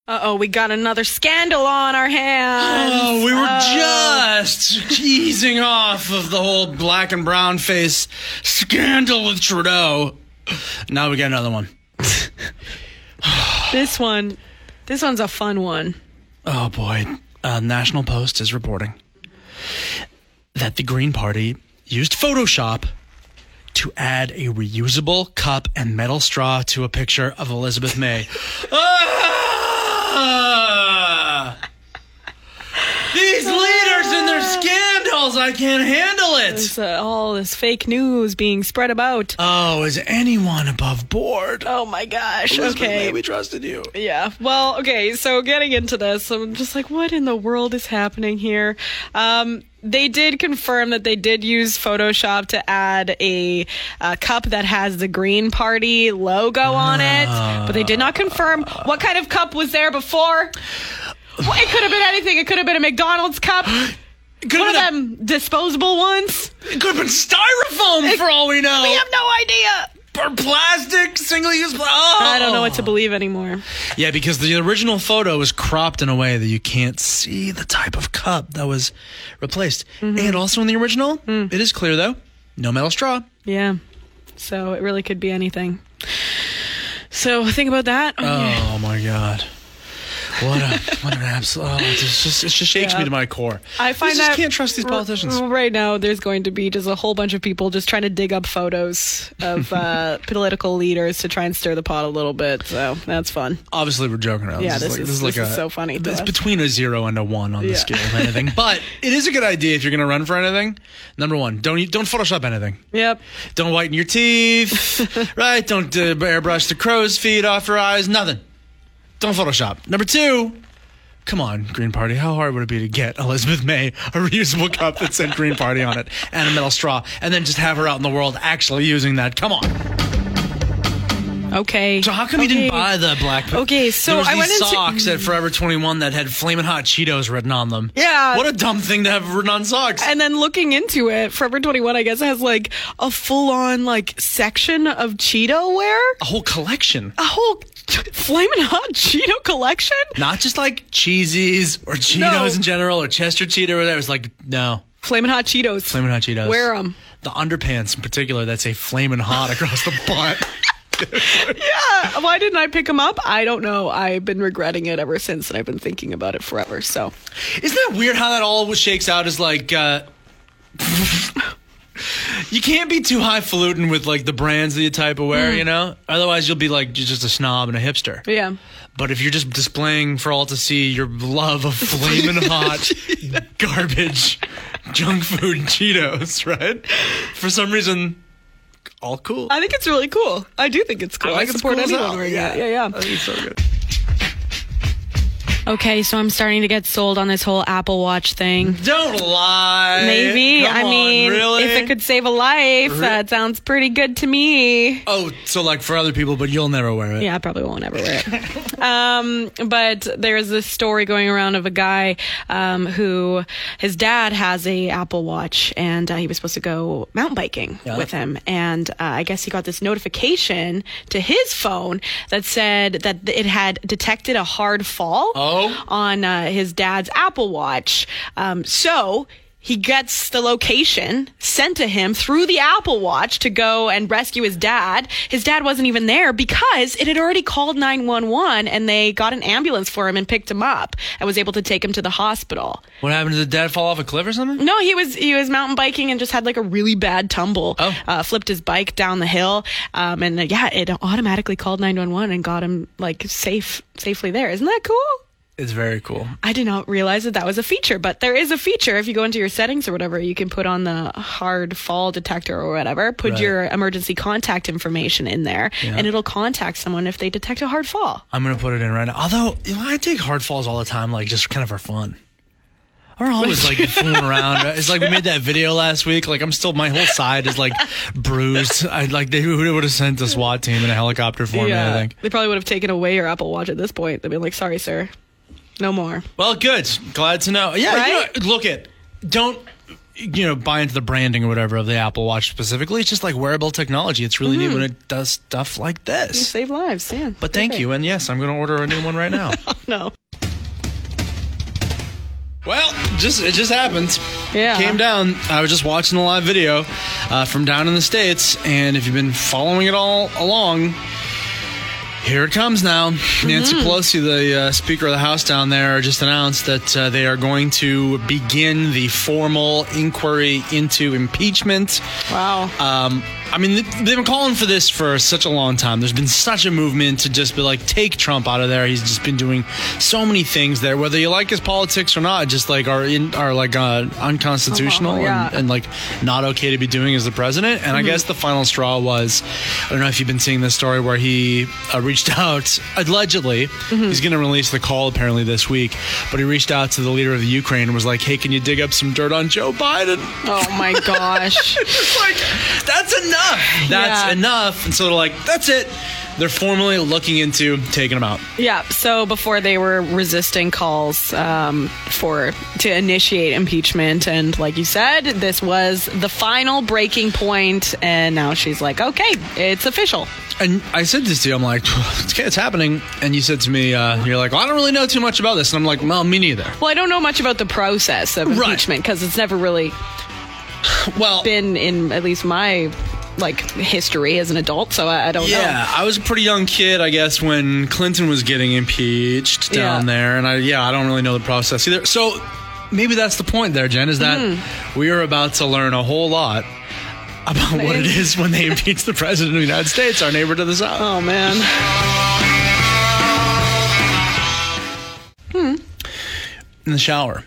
B: Uh oh, we got another scandal on our hands.
A: Oh, we were
B: Oh.
A: just easing off of the whole black and brown face scandal with Trudeau. Now we got another one.
B: This one, this one's a fun one.
A: Oh boy. Uh, National Post is reporting that the Green Party used Photoshop to add a reusable cup and metal straw to a picture of Elizabeth May. *laughs* Ah! These leaders and their scandals, I can't handle it.
B: It's uh, all this fake news being spread about.
A: Oh, is anyone above board?
B: oh my gosh.
A: Elizabeth May,
B: Okay.
A: we trusted you.
B: Yeah. Well, okay. So getting into this, I'm just like, what in the world is happening here? Um, they did confirm that they did use Photoshop to add a, uh cup that has the Green Party logo on it, but they did not confirm what kind of cup was there before. Well, it could have been anything. It could have been a McDonald's *laughs* cup.
A: Could
B: One of
A: have
B: them disposable ones.
A: been, could have been styrofoam for all we know.
B: We have no idea.
A: or plastic, single use plastic. Oh.
B: I don't know what to believe anymore.
A: Yeah, because the original photo was cropped in a way that you can't see the type of cup that was replaced.
B: Mm-hmm.
A: And also in the original,
B: Mm.
A: it is clear though, no metal straw.
B: Yeah. So it really could be anything. So think about that.
A: Oh my god. What a
B: *laughs*
A: what an absolute! Oh, it just, just- it just shakes me
B: Yeah.
A: to my core.
B: I find
A: just
B: that
A: can't trust these
B: r-
A: politicians.
B: right now. There's going to be just a whole bunch of people just trying to dig up photos
A: *laughs*
B: of uh, political leaders to try and stir the pot a little bit. So that's fun.
A: Obviously, we're joking around.
B: Yeah, this
A: like-
B: is-
A: like
B: this is
A: a-
B: so funny to
A: It's
B: us.
A: between a zero and a one on the
B: Yeah.
A: scale of
B: *laughs*
A: anything. but it is a good idea if you're going to run for anything. Number one, don't don't Photoshop anything.
B: Yep.
A: Don't whiten your
B: *laughs*
A: teeth, right? Don't uh, airbrush the crow's feet off your eyes. Nothing. Don't Photoshop. Number two, come on, Green Party. How hard would it be to get Elizabeth May a reusable cup that said Green Party on it and a metal straw, and then just have her out in the world actually using that? Come on.
B: Okay.
A: So how come you
B: Okay.
A: didn't buy the black?
B: Okay, so
A: there was
B: I
A: these
B: went into-
A: socks at Forever 21 that had flaming hot Cheetos written on them.
B: Yeah.
A: What a dumb thing to have written on socks.
B: And then looking into it, Forever 21, I guess, has like a full on like section of Cheeto wear.
A: a whole collection.
B: A whole flaming hot Cheeto collection?
A: Not just like cheesies or Cheetos
B: No.
A: in general or Chester Cheeto or whatever. It's like, no,
B: Flaming hot Cheetos.
A: Flamin' Hot Cheetos.
B: Wear 'em.
A: The underpants in particular that say Flamin' Hot across the butt.
B: Uh, *laughs* Why didn't I pick them up? I don't know. I've been regretting it ever since, and I've been thinking about it forever. So,
A: Isn't that weird how that all shakes out as like, uh, you can't be too highfalutin with like the brands that you type of wear, you know? Otherwise you'll be like j- just a snob and a hipster.
B: yeah.
A: But if you're just displaying for all to see your love of flaming hot garbage, junk food, Cheetos, right? For some reason, all cool.
B: I think it's really cool. I do think it's cool. I,
A: like it's
B: support
A: cool as
B: anyone
A: hell.
B: wearing
A: Yeah.
B: it. Yeah, yeah.
A: think it's so good.
D: Okay, so I'm starting to get sold on this whole Apple Watch
B: Mm-hmm.
D: thing.
A: Don't lie.
D: Maybe.
A: Come
D: I
A: on,
D: mean,
A: really?
D: if it could save a life, that sounds pretty good to me.
A: Oh, so like for other people, but you'll never wear it.
D: Yeah, I probably won't ever wear it. *laughs* um, but there's this story going around of a guy um, who his dad has a Apple Watch, and uh, he was supposed to go mountain biking
A: Yeah.
D: with him, and uh, I guess he got this notification to his phone that said that it had detected a hard fall
A: Oh.
D: on uh, his dad's Apple Watch. Um, so he gets the location sent to him through the Apple Watch to go and rescue his dad. His dad wasn't even there because it had already called 911 and they got an ambulance for him and picked him up and was able to take him to the hospital.
A: What happened? Did the dad fall off a cliff or something?
D: No, he was he was mountain biking and just had like a really bad tumble.
A: Oh.
D: Uh, flipped his bike down the hill, um, and uh, yeah, it automatically called nine one one and got him like safe safely there. Isn't that cool?
E: It's very cool.
B: I did not realize that that was a feature, but there is a feature. If you go into your settings or whatever, you can put on the hard fall detector or whatever, put
A: Right.
B: your emergency contact information in there, and it'll contact someone if they detect a hard fall.
A: I'm gonna put it in right now. Although you know, I take hard falls all the time, like just kind of for fun. We're always *laughs* like fooling around. right? It's like we made that video last week. Like I'm still, my whole side is like bruised. I like they would have sent a SWAT team in a helicopter for me. I think.
B: They probably would have taken away your Apple Watch at this point. They'd be like, sorry, sir. No more.
A: Well, good. Glad to know. Yeah, you
B: Right?
A: know, look at. Don't you know buy into the branding or whatever of the Apple Watch specifically. It's just like wearable technology. It's really neat when it does stuff like this.
B: Save lives, yeah.
A: But thank you, and yes, I'm going to order a new one right now.
B: *laughs* No.
A: well, just it just happened.
B: Yeah.
A: Came down. I was just watching a live video uh, from down in the states, and if you've been following it all along, Here it comes now. Nancy Pelosi, the uh, Speaker of the House down there, just announced that uh, they are going to begin the formal inquiry into impeachment.
B: Wow.
A: Um, I mean, th- they've been calling for this for such a long time. There's been such a movement to just be like, take Trump out of there. He's just been doing so many things there, whether you like his politics or not, just like are in, are like uh, unconstitutional
B: Oh, yeah.
A: and, and like not okay to be doing as the president. And I guess the final straw was, I don't know if you've been seeing this story where he uh, reached *laughs* out allegedly. He's going to release the call apparently this week, but he reached out to the leader of the Ukraine and was like, hey, can you dig up some dirt on Joe Biden?
B: oh my gosh.
A: It's like, that's enough. That's
B: Yeah.
A: enough. And so they're like, that's it. They're formally looking into taking him out.
B: Yeah. So before they were resisting calls um, for to initiate impeachment, and like you said, this was the final breaking point, and now she's like, okay, it's official.
A: And I said this to you, I'm like, it's, it's happening. And you said to me, uh, you're like, well, I don't really know too much about this. And I'm like, well, me neither.
B: Well, I don't know much about the process of
A: Right.
B: impeachment because it's never really
A: Well,
B: been in at least my like history as an adult, so I, I don't know.
A: yeah, I was a pretty young kid, I guess, when Clinton was getting impeached down
B: Yeah.
A: there. And I, yeah, I don't really know the process either. So maybe that's the point there, Jen, is that we are about to learn a whole lot about what it is when *laughs* they impeach the president of the United States, our neighbor to the south.
B: Oh man.
A: in the shower.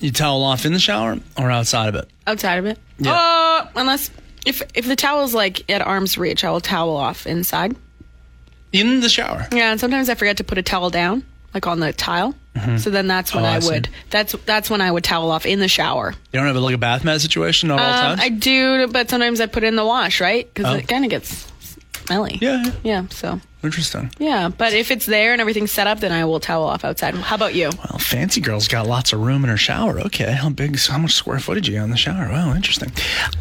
A: You towel off in the shower or outside of it.
B: outside of it.
A: Yeah.
B: Uh, unless if if the towel's like at arm's reach, I will towel off inside.
A: In the shower.
B: Yeah, and sometimes I forget to put a towel down, like on the tile. So then that's when
A: Oh, I
B: I,
A: see.
B: would. That's that's when I would towel off in the shower.
A: You don't have like a bath mat situation at all
B: Um,
A: times.
B: I do, but sometimes I put it in the wash, right? Because
A: Oh.
B: it kind of gets smelly.
A: Yeah, yeah.
B: Yeah. So.
A: Interesting.
B: Yeah, but if it's there and everything's set up, then I will towel off outside. How about you?
A: Well, fancy girl's got lots of room in her shower. Okay, how big? How much square footage you got in the shower? Wow, interesting.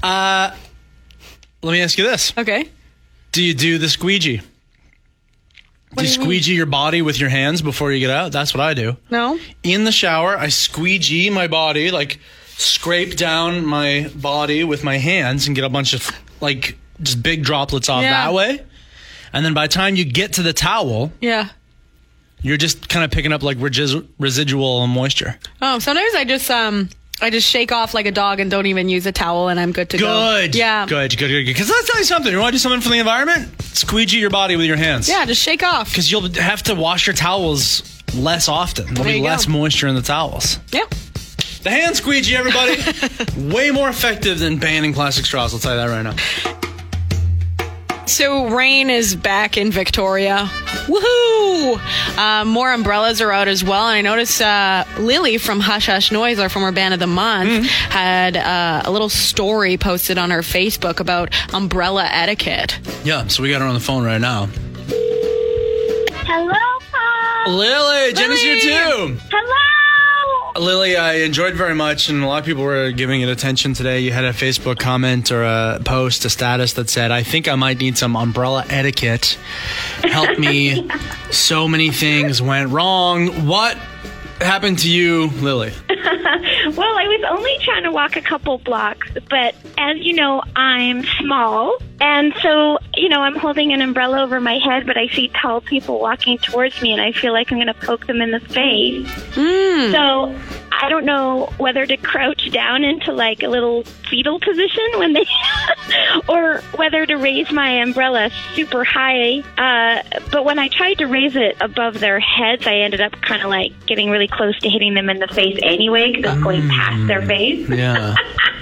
A: Uh, let me ask you this:
B: Okay.
A: Do you do the squeegee? do you
B: do you mean?
A: squeegee your body with your hands before you get out? That's what I do.
B: No.
A: in the shower, I squeegee my body, like scrape down my body with my hands and get a bunch of like just big droplets off
B: Yeah.
A: that way. And then by the time you get to the towel,
B: Yeah.
A: you're just kind of picking up like regis- residual moisture.
B: Oh, sometimes I just um I just shake off like a dog and don't even use a towel and I'm good to go.
A: Good.
B: Yeah.
A: Good, good, good, good. Because let's tell you something. You want to do something for the environment? Squeegee your body with your hands.
B: Yeah, just shake off.
A: Because you'll have to wash your towels less often. There'll
B: There
A: be
B: you go.
A: less moisture in the towels.
B: Yeah.
A: The hand squeegee,
B: *laughs*
A: everybody. Way more effective than banning plastic straws. I'll tell you that right now.
B: So rain is back in Victoria. Woohoo! Um, more umbrellas are out as well. And I noticed uh, Lily from Hush Hush Noise, our former band of the month, had uh, a little story posted on her Facebook about umbrella etiquette.
A: Yeah, so we got her on the phone right now.
F: Hello, Pop.
A: Lily, Jenny's here too.
F: Hello.
A: Lily, I enjoyed very much, and a lot of people were giving it attention today. You had a Facebook comment or a post, a status that said, I think I might need some umbrella etiquette. Help *laughs* me. So many things went wrong. What happened to you, Lily?
F: Well, I was only trying to walk a couple blocks, but as you know, I'm small, and so you know I'm holding an umbrella over my head, but I see tall people walking towards me, and I feel like I'm going to poke them in the face. So I don't know whether to crouch down into like a little fetal position when they, *laughs* or whether to raise my umbrella super high. Uh, but when I tried to raise it above their heads, I ended up kind of like getting really close to hitting them in the face anyway because it's going past
A: Mm.
F: their face.
A: Yeah,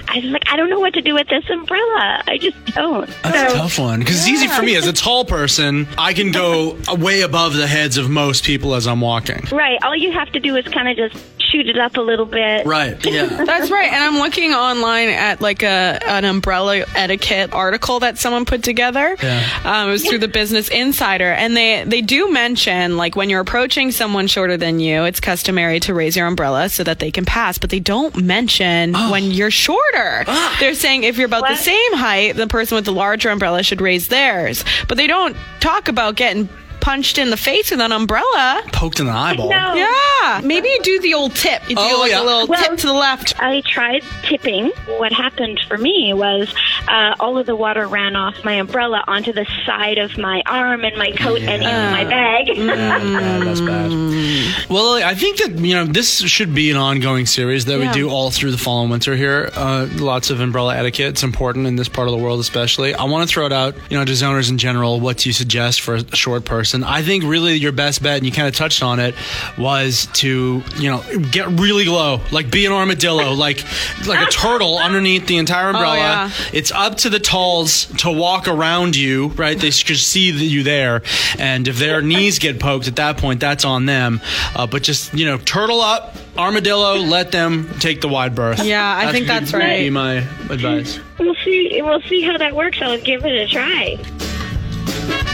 F: I was like, I don't know what to do with this umbrella. I just don't.
A: that's a
F: So-
A: tough one because it's easy for me as a tall person. I can go way above the heads of most people as I'm walking.
F: Right. All you have to do is kind of just shoot it up a little bit.
A: Right. Yeah.
B: That's right. And I'm looking online at like a an umbrella etiquette article that someone put together.
A: Yeah.
B: Um, it was through the Business Insider, and they they do mention like when you're approaching someone shorter than you, it's customary to raise your umbrella so that they can pass. But they don't mention when you're shorter. They're saying if you're about the
F: What?
B: same height, the person with the larger umbrella should raise theirs. But they don't talk about getting punched in the face with an umbrella.
A: Poked in the eyeball.
F: No.
B: Yeah, maybe you do the old tip. You do
A: Oh,
B: like
A: yeah.
B: a little
F: Well-
B: tip to the left.
F: I tried tipping. What happened for me was uh, all of the water ran off my umbrella onto the side of my arm and my coat and even my bag.
C: Yeah,
B: Mm.
C: that's bad.
A: Well, I think that you know this should be an ongoing series that we
B: Yeah.
A: do all through the fall and winter here. Uh, lots of umbrella etiquette. It's important in this part of the world, especially. I want to throw it out, you know, to zoners in general. What do you suggest for a short person? I think really your best bet, and you kind of touched on it, was to you know get really low, like be an armadillo, like like a turtle underneath the entire umbrella.
B: Oh, yeah.
A: It's up to the talls to walk around you, right? They should see that you there, and if their knees get poked at that point, that's on them. Uh, but just you know, turtle up, armadillo, let them take the wide berth.
B: Yeah, I think
A: would-
B: that's
A: would Be
B: right.
A: my advice.
F: *laughs* We'll see. We'll see how that works. I'll give it a try.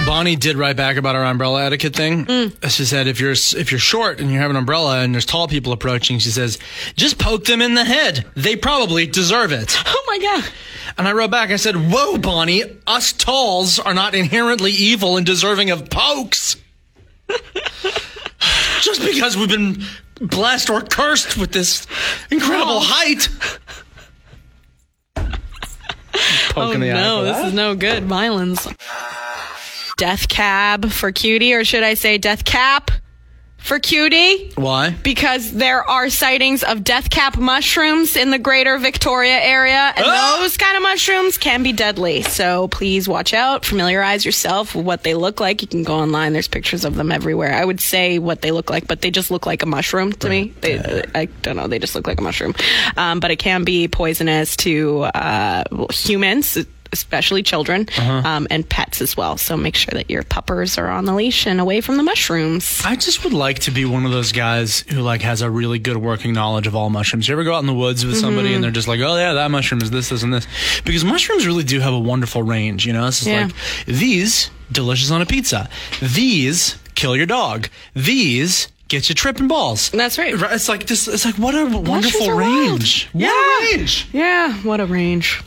A: Bonnie did write back about our umbrella etiquette thing.
B: Mm.
A: She said if you're if you're short and you have an umbrella and there's tall people approaching, she says just poke them in the head. They probably deserve it.
B: Oh my god.
A: And I wrote back, I said, Whoa, Bonnie, us talls are not inherently evil and deserving of pokes. *laughs* Just because we've been blessed or cursed with this incredible *laughs* height. Poke in the eye
B: Oh, no,
A: for
B: this
A: that.
B: is no good. Violence. Death cab for cutie, or should I say death cap for cutie?
A: Why?
B: Because there are sightings of death cap mushrooms in the greater Victoria area, and
A: Ah!
B: those kind of mushrooms can be deadly. So please watch out, familiarize yourself with what they look like. You can go online, there's pictures of them everywhere. I would say what they look like, but they just look like a mushroom to me. They, I don't know, they just look like a mushroom. Um, but it can be poisonous to uh, humans. Especially children um, and pets as well. So make sure that your puppers are on the leash and away from the mushrooms.
A: I just would like to be one of those guys who like has a really good working knowledge of all mushrooms. You ever go out in the woods with somebody
B: Mm-hmm.
A: and they're just like, "Oh yeah, that mushroom is this, this, and this," because mushrooms really do have a wonderful range. You know, it's just
B: Yeah.
A: like these delicious on a pizza, these kill your dog, these get you tripping balls.
B: That's right.
A: Right, It's like this. It's like what a wonderful
B: are wild.
A: range. What a
B: Yeah.
A: range.
B: Yeah, what a range.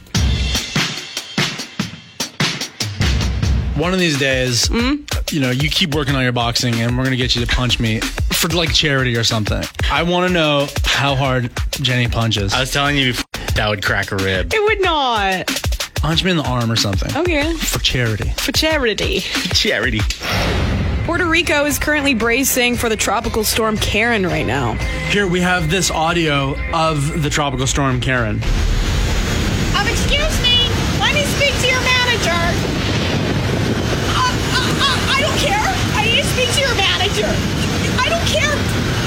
A: One of these days,
B: Hmm?
A: you know, you keep working on your boxing, and we're gonna get you to punch me for like charity or something. I want to know how hard Jenny punches.
G: I was telling you before, that would crack a rib.
B: It would not.
A: punch me in the arm or something
B: Okay.
A: for charity.
B: For charity.
G: Charity.
B: Puerto Rico is currently bracing for the tropical storm Karen right now.
A: Here we have this audio of the tropical storm Karen.
H: Um, excuse me. Let me speak to your manager. Um, uh, uh, I don't care. I need to speak to your manager. I don't care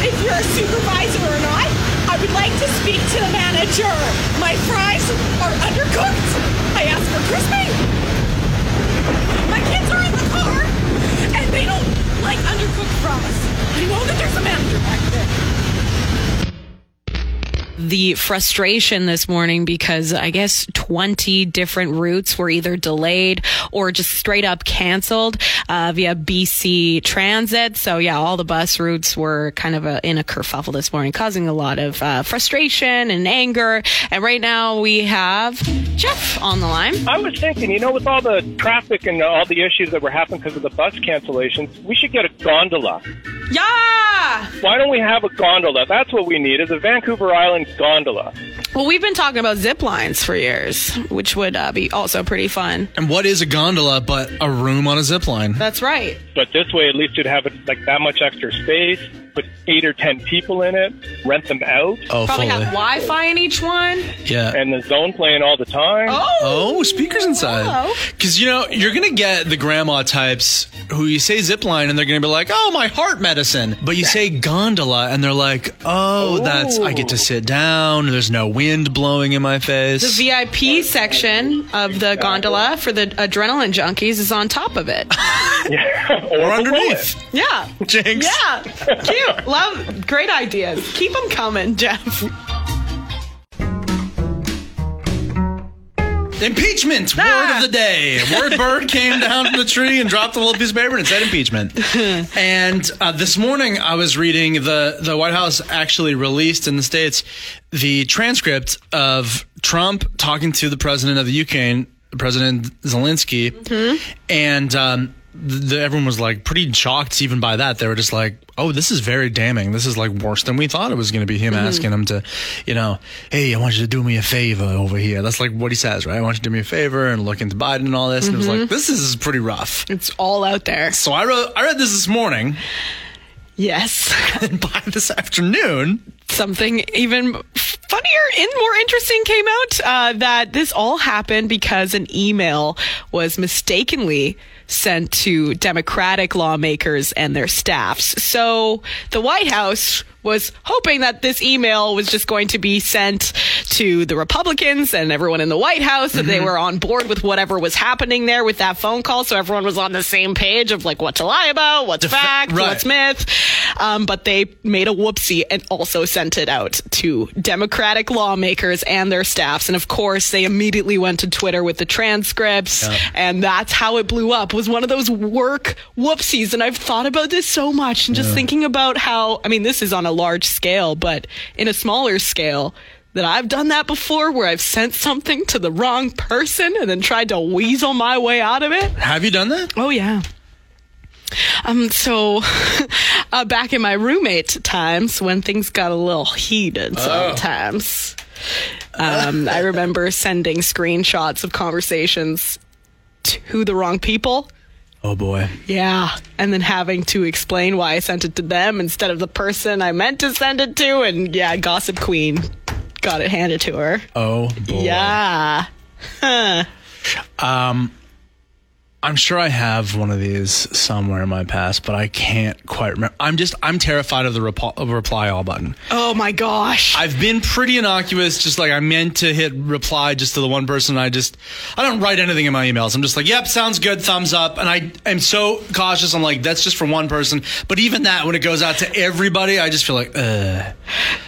H: if you're a supervisor or not. I would like to speak to the manager. My fries are undercooked. I asked for crispy. My kids are in the car, and they don't like undercooked fries. I know that there's a manager back there.
B: The frustration this morning because I guess 20 different routes were either delayed or just straight up canceled uh, via BC Transit. So, yeah, all the bus routes were kind of a, in a kerfuffle this morning, causing a lot of uh, frustration and anger. And right now we have Jeff on the line.
I: I was thinking, you know, with all the traffic and all the issues that were happening because of the bus cancellations, we should get a gondola.
B: Yeah!
I: Why don't we have a gondola? That's what we need is a Vancouver Island gondola.
B: Well, we've been talking about zip lines for years, which would uh, be also pretty fun.
A: And what is a gondola but a room on a zip line?
B: That's right.
I: But this way, at least you'd have it like that much extra space. put eight or ten people in it, rent them out,
J: Oh,
B: Probably
J: fully.
B: have Wi-Fi in each one.
J: yeah.
I: and the zone playing all the time. *laughs*
J: Oh, speakers inside.
B: Oh.
A: Because you know you're gonna get the grandma types who you say zip line and they're gonna be like, "Oh, my heart medicine," but you say gondola and they're like, "Oh, that's I get to sit down. There's no wind blowing in my
B: The
A: face."
B: VIP section of the gondola for the adrenaline junkies is on top
J: *laughs*
B: of it.
I: or
A: underneath.
B: Yeah.
A: Jinx.
B: Yeah. Cute. Love. Great ideas. Keep them coming, Jeff.
A: Impeachment. Word of the day. Word bird *laughs* came down from the tree and dropped a little piece of paper and it said impeachment. and uh, this morning I was reading the the White House actually released in the states the transcript of Trump talking to the president of the Ukraine, President Zelensky, and. Um, the, everyone was like pretty shocked even by that. They were just like, "Oh, this is very damning. This is like worse than we thought it was going to be." Him asking him to, you know, "Hey, I want you to do me a favor over here." That's like what he says, right? I want you to do me a favor and look into Biden and all this. And it was like, "This is pretty rough."
B: It's all out there.
A: So I wrote, I read this this morning, *laughs*
B: Yes.
A: and by this afternoon,
B: something even funnier and more interesting came out uh, that this all happened because an email was mistakenly sent to Democratic lawmakers and their staffs. So the White House was hoping that this email was just going to be sent to the Republicans and everyone in the White House that they were on board with whatever was happening there with that phone call. So everyone was on the same page of like what to lie about, what's fact,
A: right.
B: what's myth myth. Um, but they made a whoopsie and also sent it out to Democratic lawmakers and their staffs. And of course, they immediately went to Twitter with the transcripts, and that's how it blew up. Was one of those work whoopsies. And I've thought about this so much, and just thinking about how I mean, this is on a large scale, but in a smaller scale. That I've done that before where I've sent something to the wrong person and then tried to weasel my way out of it.
A: have you done that?
B: Oh yeah. Um. So, *laughs* uh, back in my roommate times, when things got a little heated, sometimes, *laughs* um, I remember sending screenshots of conversations to the wrong people.
J: Oh boy.
B: Yeah, and then having to explain why I sent it to them instead of the person I meant to send it to, and yeah, Gossip Queen got it handed to her.
J: Oh boy.
B: Yeah.
J: I'm sure I have one of these somewhere in my past, but I can't quite remember. I'm just I'm terrified of the repo- of reply all button.
B: Oh my gosh.
A: I've been pretty innocuous, just like I meant to hit reply just to the one person. I just, I don't write anything in my emails. I'm just like, yep, sounds good, thumbs up. And I am so cautious. I'm like, that's just for one person. But even that, when it goes out to everybody, I just feel like, ugh.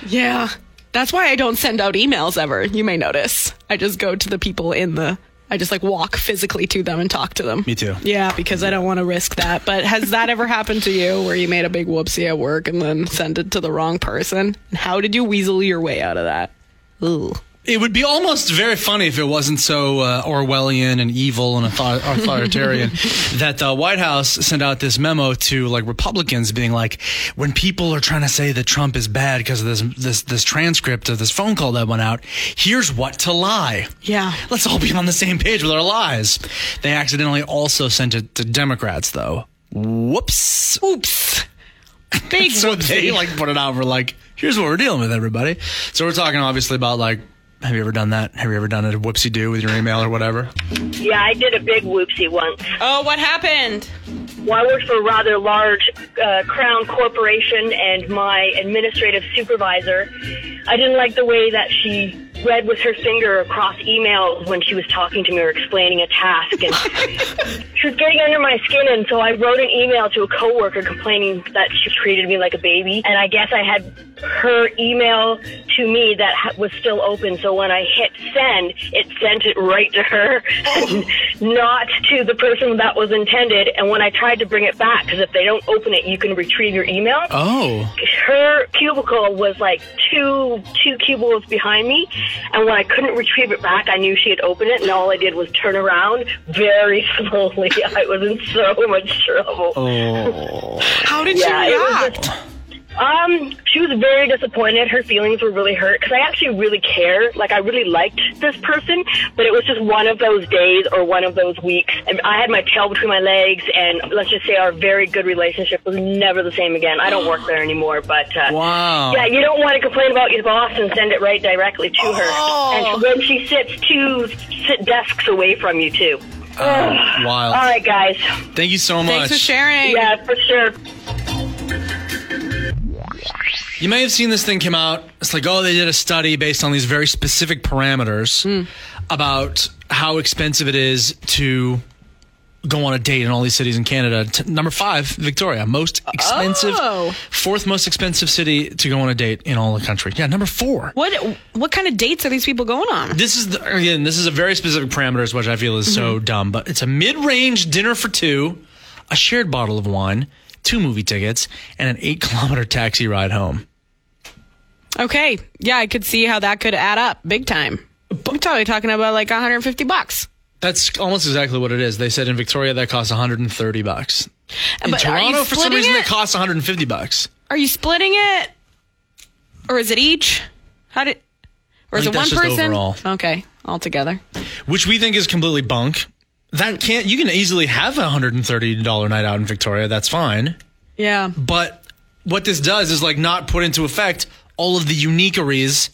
B: Yeah. That's why I don't send out emails ever. You may notice. I just go to the people in the I just like walk physically to them and talk to them.
J: Me too.
B: Yeah, because I don't want to risk that. But has that ever happened to you where you made a big whoopsie at work and then sent it to the wrong person? And how did you weasel your way out of that? Ooh.
A: It would be almost very funny if it wasn't so uh, Orwellian and evil and
B: *laughs*
A: author- authoritarian that the White House sent out this memo to like Republicans, being like, when people are trying to say that Trump is bad because of this this this transcript of this phone call that went out, here's what to lie.
B: Yeah.
A: let's all be on the same page with our lies. They accidentally also sent it to Democrats, though. Whoops.
B: Oops. Big
A: So they
B: whoopsie.
A: like put it out. We're like, here's what we're dealing with, everybody. So we're talking obviously about like, have you ever done that? Have you ever done a whoopsie do with your email or whatever?
K: Yeah, I did a big whoopsie once.
B: oh, what happened?
K: Well, I worked for a rather large uh, crown corporation, and my administrative supervisor, I didn't like the way that she read with her finger across emails when she was talking to me or explaining a task, and she was getting under my skin. And so I wrote an email to a coworker complaining that she treated me like a baby, and I guess I had her email to me that ha- was still open. So when I hit send, it sent it right to her, *laughs* not to the person that was intended. And when I tried to bring it back, because if they don't open it, you can retrieve your email.
A: Oh,
K: Her cubicle was like two two cubicles behind me, and when I couldn't retrieve it back, I knew she had opened it, and all I did was turn around very *laughs* slowly. I was in so much trouble.
B: How did
K: Yeah,
B: you
K: it was
B: react?
K: just- Um, she was very disappointed. Her feelings were really hurt because I actually really care. Like I really liked this person, but it was just one of those days or one of those weeks. And I had my tail between my legs, and let's just say our very good relationship was never the same again. I don't work there anymore, but uh,
A: Wow.
L: Oh.
K: yeah, you don't want to complain about your boss and send it right directly to her.
L: Oh.
K: And when she sits two sit desks away from you too. Ugh.
A: wild.
K: All right, guys.
A: Thank you so much.
M: Thanks for sharing.
K: Yeah, for sure.
A: You may have seen this thing come out. It's like, oh, they did a study based on these very specific parameters
M: Hmm.
A: about how expensive it is to go on a date in all these cities in Canada. T- number five, Victoria, most expensive,
M: Oh.
A: fourth most expensive city to go on a date in all the country. Yeah, number four.
B: What what kind of dates are these people going on?
A: This is the, again. This is a very specific parameters, which I feel is so
B: Mm-hmm.
A: dumb. But it's a mid-range dinner for two, a shared bottle of wine, two movie tickets, and an *laughs* eight-kilometer taxi ride home.
B: Okay, yeah, I could see how that could add up big time. I'm totally talking about like 150 bucks.
A: That's almost exactly what it is. They said in Victoria that costs 130 bucks. In
B: But are you
A: Toronto, for some
B: splitting
A: reason,
B: it?
A: that costs 150 bucks.
B: Are you splitting it, or is it each? How did? Or is
A: think
B: it one
A: that's just
B: person?
A: overall.
B: Okay, all together.
A: which we think is completely bunk. That can't. You can easily have a hundred and thirty dollar night out in Victoria. That's fine.
B: Yeah.
A: But what this does is like not put into effect all of the uniqueries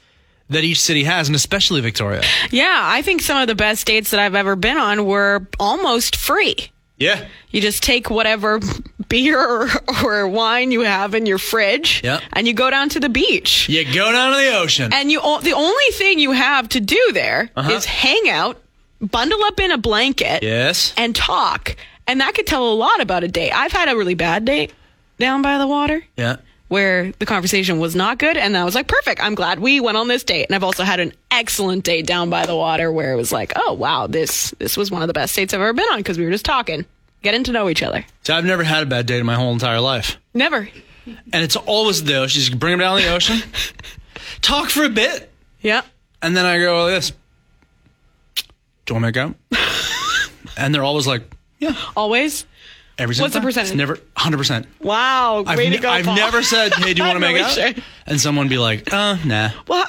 A: that each city has, and especially Victoria.
B: Yeah, I think some of the best dates that I've ever been on were almost free.
A: Yeah.
B: You just take whatever beer or, or wine you have in your fridge
A: Yeah.
B: and you go down to the beach.
A: You go down to the ocean.
B: And you o- the only thing you have to do there is
A: Uh-huh.
B: hang out, bundle up in a blanket
A: yes.
B: and talk. And that could tell a lot about a date. I've had a really bad date down by the water
A: yeah.
B: where the conversation was not good and I was like perfect I'm glad we went on this date and I've also had an excellent date down by the water where it was like oh wow this this was one of the best dates I've ever been on because we were just talking getting to know each other
A: So I've never had a bad date in my whole entire life,
B: never
A: and it's always the ocean. Just bring them down to the
B: *laughs*
A: ocean, talk for a bit,
B: yeah
A: and then I go like this. Do you want
B: *laughs*
A: to make out? and they're always like, yeah,
B: always
A: every single
B: What's the
A: time. It's
B: percentage?
A: Never hundred percent.
B: wow
A: I've,
B: way to
A: ne-
B: go
A: I've
B: Paul.
A: never said, "Hey, do
B: *laughs*
A: you want to make
B: really
A: out?"
B: sure.
A: And someone be like, "Uh, nah,
B: well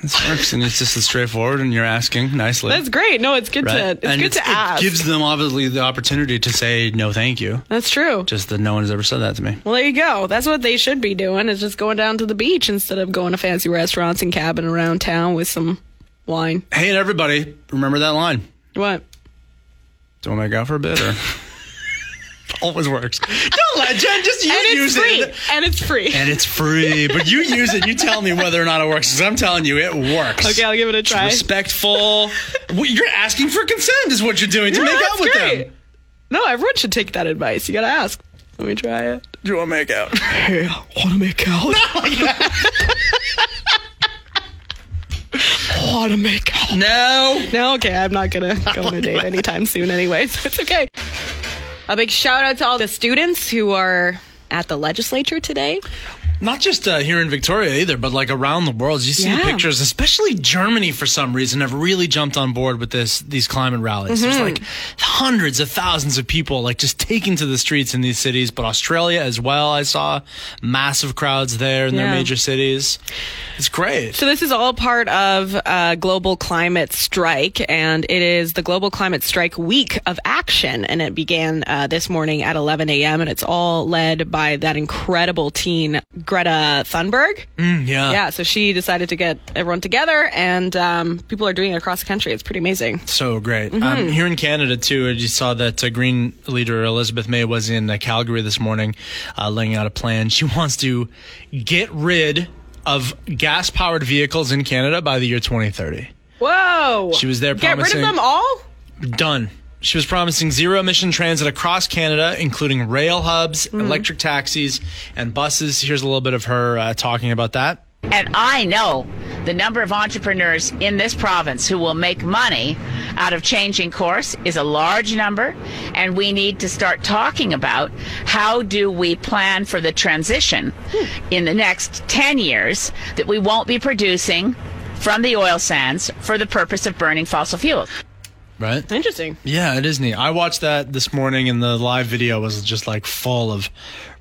A: this works." And it's just as straightforward. And you're asking nicely.
B: that's great no it's good
A: right?
B: to it's
A: and
B: good
A: it's-
B: to ask
A: It gives them obviously the opportunity to say no, thank you.
B: that's true
A: Just that no one has ever said that to me.
B: well there you go that's what they should be doing is just going down to the beach instead of going to fancy restaurants and cabbing around town with some wine
A: Hey, and everybody, remember that line.
B: what
A: Do you want to make out for a bit? Or *laughs* always works. Don't let Jen just you
B: and it's
A: use
B: free
A: it.
B: and it's free
A: And it's free, but you use it. You tell me whether or not it works. Because I'm telling you, it works.
B: Okay, I'll give it a try.
A: Respectful. Well, you're asking for consent, is what you're doing to make out
B: that's
A: with
B: great.
A: them.
B: No, everyone should take that advice. You gotta ask. Let me try it.
A: Do you want to make out?
B: Hey, I wanna make out. wanna make out.
A: No.
B: No, okay, I'm not gonna go
A: *laughs*
B: on a date anytime soon anyway, so *laughs* it's okay. A big shout out to all the students who are at the legislature today.
A: Not just uh, here in Victoria either, but like around the world. You see the
B: Yeah.
A: pictures, especially Germany for some reason have really jumped on board with this these climate rallies. There's
B: Mm-hmm.
A: like hundreds of thousands of people like just taking to the streets in these cities, but Australia as well. I saw massive crowds there in their
B: Yeah.
A: major cities. It's great.
B: So this is all part of uh, global climate strike, and it is the global climate strike week of action, and it began uh, this morning at 11 a.m. and it's all led by that incredible teen Greta Thunberg.
A: Yeah.
B: Yeah, so she decided to get everyone together, and um, people are doing it across the country. It's pretty amazing.
A: So great. Um, here in Canada, too, you saw that uh, Green leader Elizabeth May was in uh, Calgary this morning uh, laying out a plan. She wants to get rid of gas powered vehicles in Canada by the year 2030.
B: Whoa!
A: She was there
B: Get rid of
A: promising-
B: them all.
A: Done. She was promising zero emission transit across Canada, including rail hubs, electric taxis, and buses. Here's a little bit of her uh, talking about that.
N: And I know the number of entrepreneurs in this province who will make money out of changing course is a large number. And we need to start talking about how do we plan for the transition in the next 10 years that we won't be producing from the oil sands for the purpose of burning fossil fuels.
A: Right?
B: Interesting.
A: Yeah, it is neat. I watched that this morning, and the live video was just like full of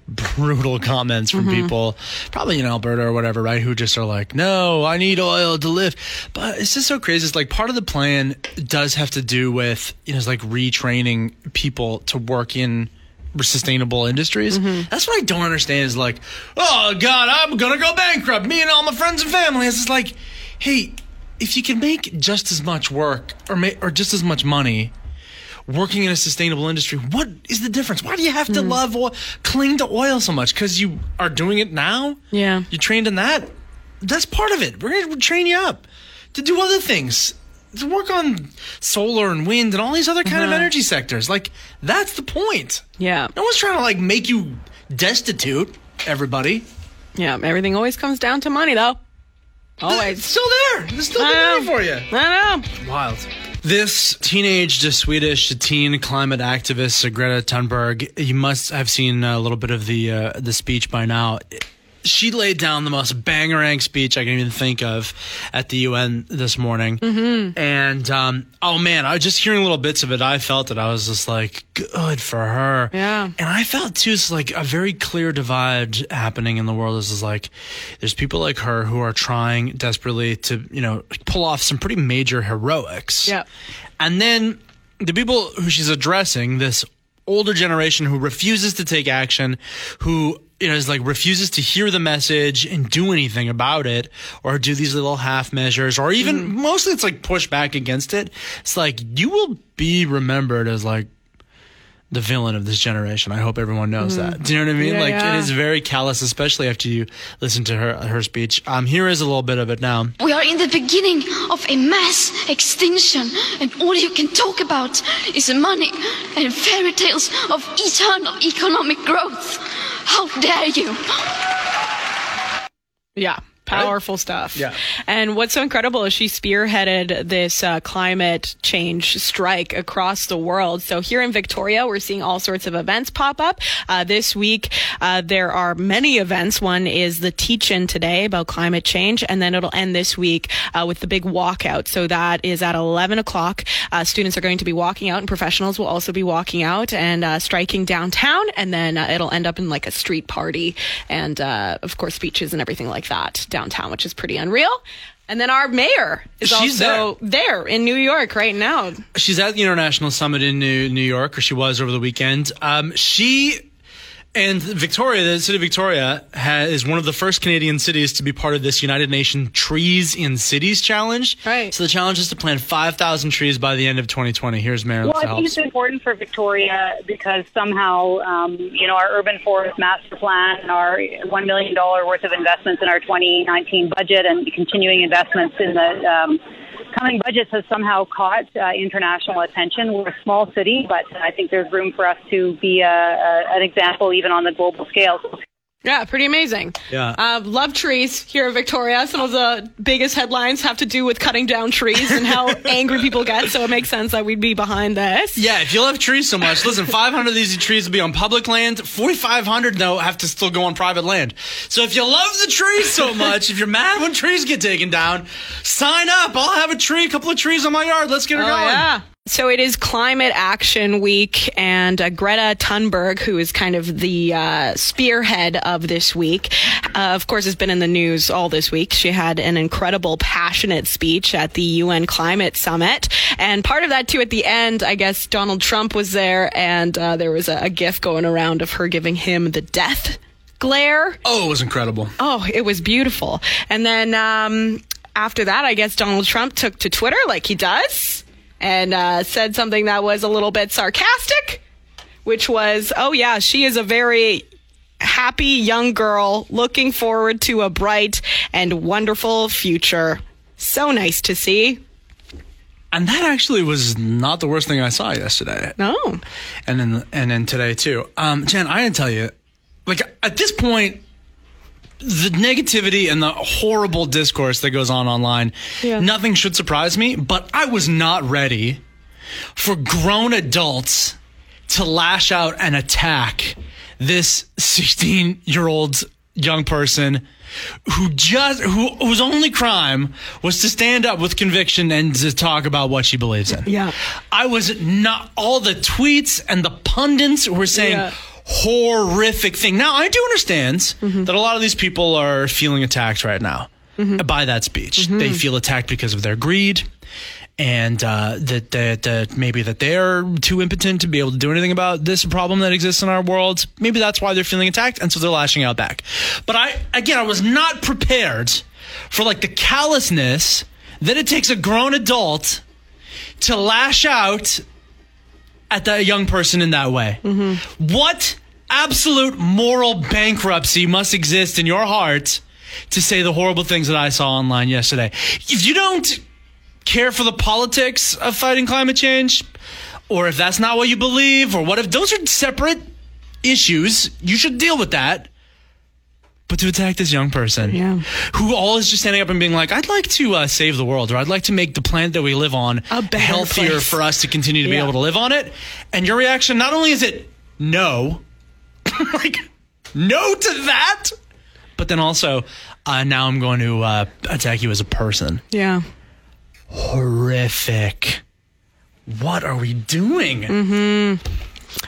A: brutal comments from
C: Mhm.
A: people, probably in Alberta or whatever, right? Who just are like, no, I need oil to live. But it's just so crazy. It's like part of the plan does have to do with, you know, it's like retraining people to work in sustainable industries. That's what I don't understand is like, oh, God, I'm going to go bankrupt. Me and all my friends and family. It's just like, hey, if you can make just as much work or, ma- or just as much money, working in a sustainable industry, what is the difference? Why do you have
D: Hmm.
A: to love or cling to oil so much? Because you are doing it now?
D: Yeah.
A: You trained in that? That's part of it. We're going to train you up to do other things, to work on solar and wind and all these other kind of
D: Uh-huh.
A: energy sectors. Like, that's the point.
B: Yeah.
A: No one's trying to, like, make you destitute, everybody.
B: Yeah, everything always comes down to money, though.
D: Oh,
B: Always.
A: It's still there. There's still
B: I
A: money
B: know.
A: for you.
B: *laughs* I know.
A: Wild. This teenage to Swedish to teen climate activist uh, Greta Thunberg, you must have seen a little bit of the uh, the speech by now. She laid down the most bangerang speech I can even think of at the UN this morning. Mm-hmm. And um, oh man, I was just hearing little bits of it. I felt it. I was just like, good for her. Yeah. And I felt too, it's like a very clear divide happening in the world. This is like, there's people like her who are trying desperately to, you know, pull off some pretty major heroics. Yeah. And then the people who she's addressing, this older generation who refuses to take action, who you know, is like refuses to hear the message and do anything about it, or do these little half measures, or even
C: Hmm.
A: mostly it's like push back against it. It's like you will be remembered as like the villain of this generation. I hope everyone knows
C: Mhm.
A: that. Do you know what I mean?
C: Yeah,
A: like
C: yeah.
A: it is very callous, especially after you listen to her her speech. Um, here is a little bit of it now.
O: We are in the beginning of a mass extinction, and all you can talk about is money and fairy tales of eternal economic growth. How dare you!
B: Yeah. Powerful stuff.
O: Yeah.
B: And what's so incredible is she spearheaded this uh, climate change strike across the world. So here in Victoria, we're seeing all sorts of events pop up. Uh, this week, uh, there are many events. One is the teach in today about climate change, and then it'll end this week uh, with the big walkout. So that is at 11 o'clock. Uh, students are going to be walking out, and professionals will also be walking out and uh, striking downtown. And then uh, it'll end up in like a street party and, uh, of course, speeches and everything like that downtown, which is pretty unreal. And then our mayor is
A: She's
B: also there. in New York right now.
A: She's at the International Summit in New, New York, or she was over the weekend. Um, she and Victoria, the city of Victoria, ha is one of the first Canadian cities to be part of this United Nations Trees in Cities challenge. Right. So the challenge is to plant 5,000 trees by the end of 2020. Here's Marilyn
L: Well,
A: to
L: I think
A: help.
L: it's important for Victoria because somehow, um, you know, our urban forest master plan and our $1 million worth of investments in our 2019 budget and continuing investments in the um, coming budgets has somehow caught uh, international attention. We're a small city, but I think there's room for us to be a, a, an example even on the global scale.
B: Yeah, pretty amazing.
L: Yeah.
B: Uh, love trees here in Victoria. Some of the biggest headlines have to do with cutting down trees and how angry people get. So it makes sense that we'd be behind this.
A: Yeah, if you love trees so much, listen, 500 of these trees will be on public land. 4,500, though, have to still go on private land. So if you love the trees so much, if you're mad when trees get taken down, sign up. I'll have a tree, a couple of trees on my yard. Let's get her
B: Oh,
A: going.
B: yeah. So it is Climate Action Week, and uh, Greta Thunberg, who is kind of the uh, spearhead of this week, uh, of course, has been in the news all this week. She had an incredible, passionate speech at the UN Climate Summit, and part of that too. At the end, I guess Donald Trump was there, and uh, there was a, a GIF going around of her giving him the death glare.
A: Oh, it was incredible.
B: Oh, it was beautiful. And then um, after that, I guess Donald Trump took to Twitter like he does and uh, said something that was a little bit sarcastic, which was, oh, yeah, she is a very happy young girl looking forward to a bright and wonderful future. So nice to see.
A: And that actually was not the worst thing I saw yesterday.
B: No.
A: And then and then today too. Um, Jen, I didn't tell you. Like at this point, the negativity and the horrible discourse that goes on online, nothing should surprise me. But I was not ready for grown adults to lash out and attack this 16 year old young person who just who whose only crime was to stand up with conviction and to talk about what she believes in.
B: Yeah.
A: I was not all the tweets and the pundits were saying
B: Yeah.
A: horrific thing. Now, I do understand that a lot of these people are feeling attacked right now by that speech. They feel attacked because of their greed and uh, that, that, that maybe that they're too impotent to be able to do anything about this problem that exists in our world. Maybe that's why they're feeling attacked, and so they're lashing out back. But I, again, I was not prepared for like the callousness that it takes a grown adult to lash out at that young person in that way. What absolute moral bankruptcy must exist in your heart to say the horrible things that I saw online yesterday? If you don't care for the politics of fighting climate change, or if that's not what you believe, or what if those are separate issues, you should deal with that. But to attack this young person who all is just standing up and being like, I'd like to uh, save the world, or I'd like to make the planet that we live on healthier
P: place.
A: for us to continue to be
P: Yeah.
A: able to live on it. And your reaction, not only is it no, *laughs* like no to that, but then also, uh, now I'm going to uh, attack you as a person.
Q: Yeah.
A: Horrific. What are we doing?
P: Mm-hmm.
Q: hmm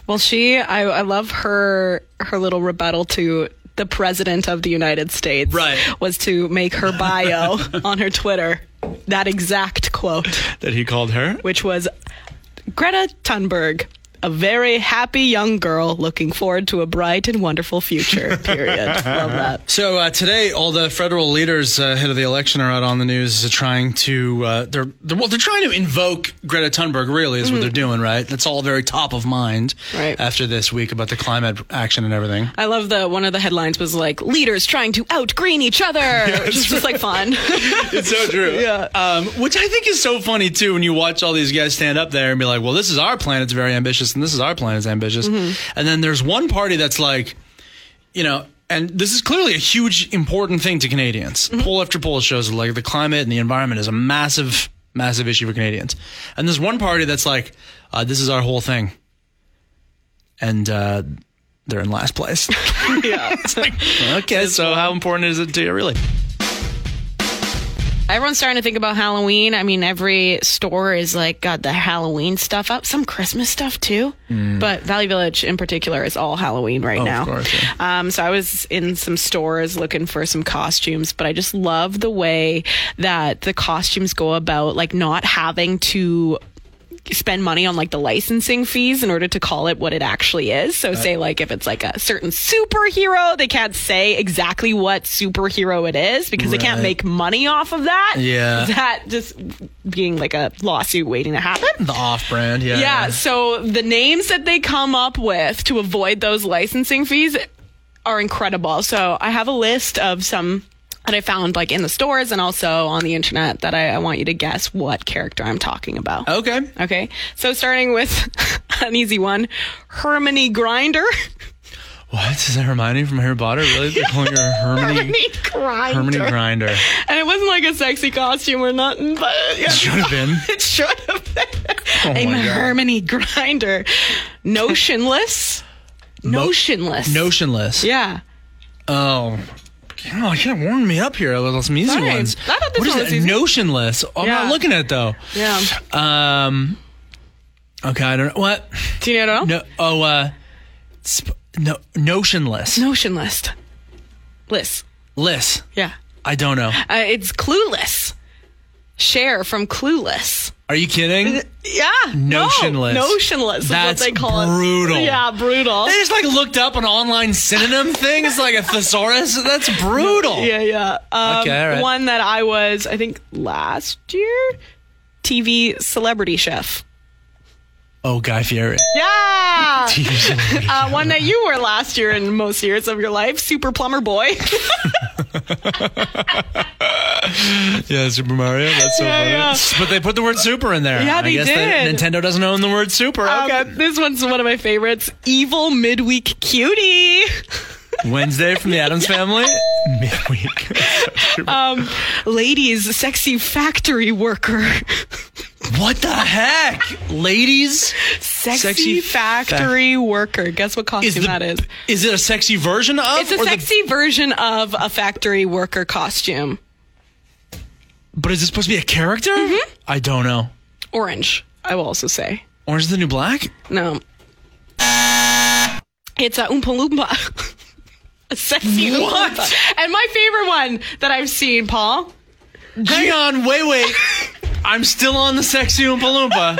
Q: Well, she, I, I love her her little rebuttal to the president of the United States. Right, was to make her bio on her Twitter that exact quote,
A: That he called her?
Q: which was Greta Thunberg. A very happy young girl looking forward to a bright and wonderful future. Period. Love that.
A: So uh, today, all the federal leaders uh, ahead of the election are out on the news uh, trying to uh, they're, they're well they're trying to invoke Greta Thunberg. Really, is what
Q: Mhm.
A: they're doing, right? That's all very top of mind
Q: Right.
A: after this week about the climate action and everything.
Q: I love the one of the headlines was like leaders trying to outgreen each other, which is just like fun. *laughs*
A: it's so true.
Q: Yeah.
A: Um, which I think is so funny too when you watch all these guys stand up there and be like, well, this is our planet's very ambitious and this is our planet's ambitious.
P: Mhm.
A: And then there's one party that's like, you know, and this is clearly a huge important thing to Canadians. Poll after poll shows like the climate and the environment is a massive, massive issue for Canadians. And there's one party that's like, uh, this is our whole thing. And uh, they're in last place.
Q: yeah.
A: *laughs* It's like, okay, so how important is it to you, really?
B: Everyone's starting to think about Halloween. I mean, every store is like got the Halloween stuff up, some Christmas stuff too.
Q: Mm.
B: But Valley Village in particular is all Halloween right
Q: Oh, of
B: now.
Q: course,
B: um, so I was in some stores looking for some costumes, but I just love the way that the costumes go about, like not having to spend money on like the licensing fees in order to call it what it actually is. So say like if it's like a certain superhero, they can't say exactly what superhero it is because they can't
Q: Right.
B: make money off of that.
Q: Yeah.
B: That just being like a lawsuit waiting to happen.
A: The off brand,
B: Yeah.
A: yeah.
B: so the names that they come up with to avoid those licensing fees are incredible. So I have a list of some that I found like in the stores and also on the internet that I, I want you to guess what character I'm talking about.
A: Okay.
B: Okay. So starting with *laughs* an easy one, Hermione Grinder.
A: What is that Hermione from Harry Potter? Really? They're calling her
B: *laughs*
A: Hermione.
B: Grinder.
A: Hermione Grinder.
B: And it wasn't like a sexy costume or nothing,
A: *laughs*
B: but yeah.
A: Should have been.
B: *laughs* it should have been.
A: *laughs* Oh
B: and
A: my God.
B: Hermione Grinder, notionless, notionless,
A: Notionless.
B: Yeah.
A: Oh. Oh, you gotta warm me up here with some easy
B: Sorry.
A: ones.
B: I thought this
A: What is
B: one
A: that?
B: was easy.
A: Notionless. Oh, I'm
B: Yeah.
A: not looking at it though.
B: Yeah.
A: Um. Okay, I don't know what.
B: Do you know?
A: No. Oh. Uh. Sp- no. Notionless.
B: Notionless. Liz.
A: Liss.
B: Yeah.
A: I don't know.
B: Uh, it's clueless. Cher from Clueless.
A: Are you kidding?
B: Yeah.
A: Notionless.
B: No, notionless is
A: That's
B: what they call
A: brutal.
B: it. Yeah, brutal.
A: They just like looked up an online synonym thing. It's like a thesaurus. That's brutal.
B: *laughs* Yeah, yeah. Um,
A: Okay, all right.
B: One that I was, I think, last year, TV celebrity chef.
A: Oh, Guy Fieri. *laughs*
B: Yeah.
A: TV celebrity
B: uh, one that you were last year and most years of your life, Super Plumber Boy.
A: Yeah, Super Mario. That's so
B: Yeah,
A: funny. But they put the word super in there.
B: Yeah,
A: I
B: they
A: guess that
B: did. Um,
A: Nintendo doesn't own the word super.
B: *laughs* okay. This one's one of my favorites. Evil Midweek Cutie.
A: Wednesday from the Adams Family. Midweek.
B: Um, *laughs* ladies, sexy factory worker.
A: What the heck? Ladies?
B: Sexy,
A: Sexy
B: factory worker. Guess what costume
A: the-
B: that is?
A: Is it a sexy version of?
B: It's a
A: or the-
B: sexy version of a factory worker costume.
A: but is it supposed to be a character?
B: Mm-hmm.
A: I don't know.
B: Orange, I will also say.
A: Orange is the new black?
B: No. It's a Oompa Loompa. *laughs* a sexy Oompa
R: What?
B: Loompa. And my favorite one that I've seen, Paul.
A: Hang on, wait,
B: *laughs*
A: wait. I'm still on the sexy Oompa Loompa.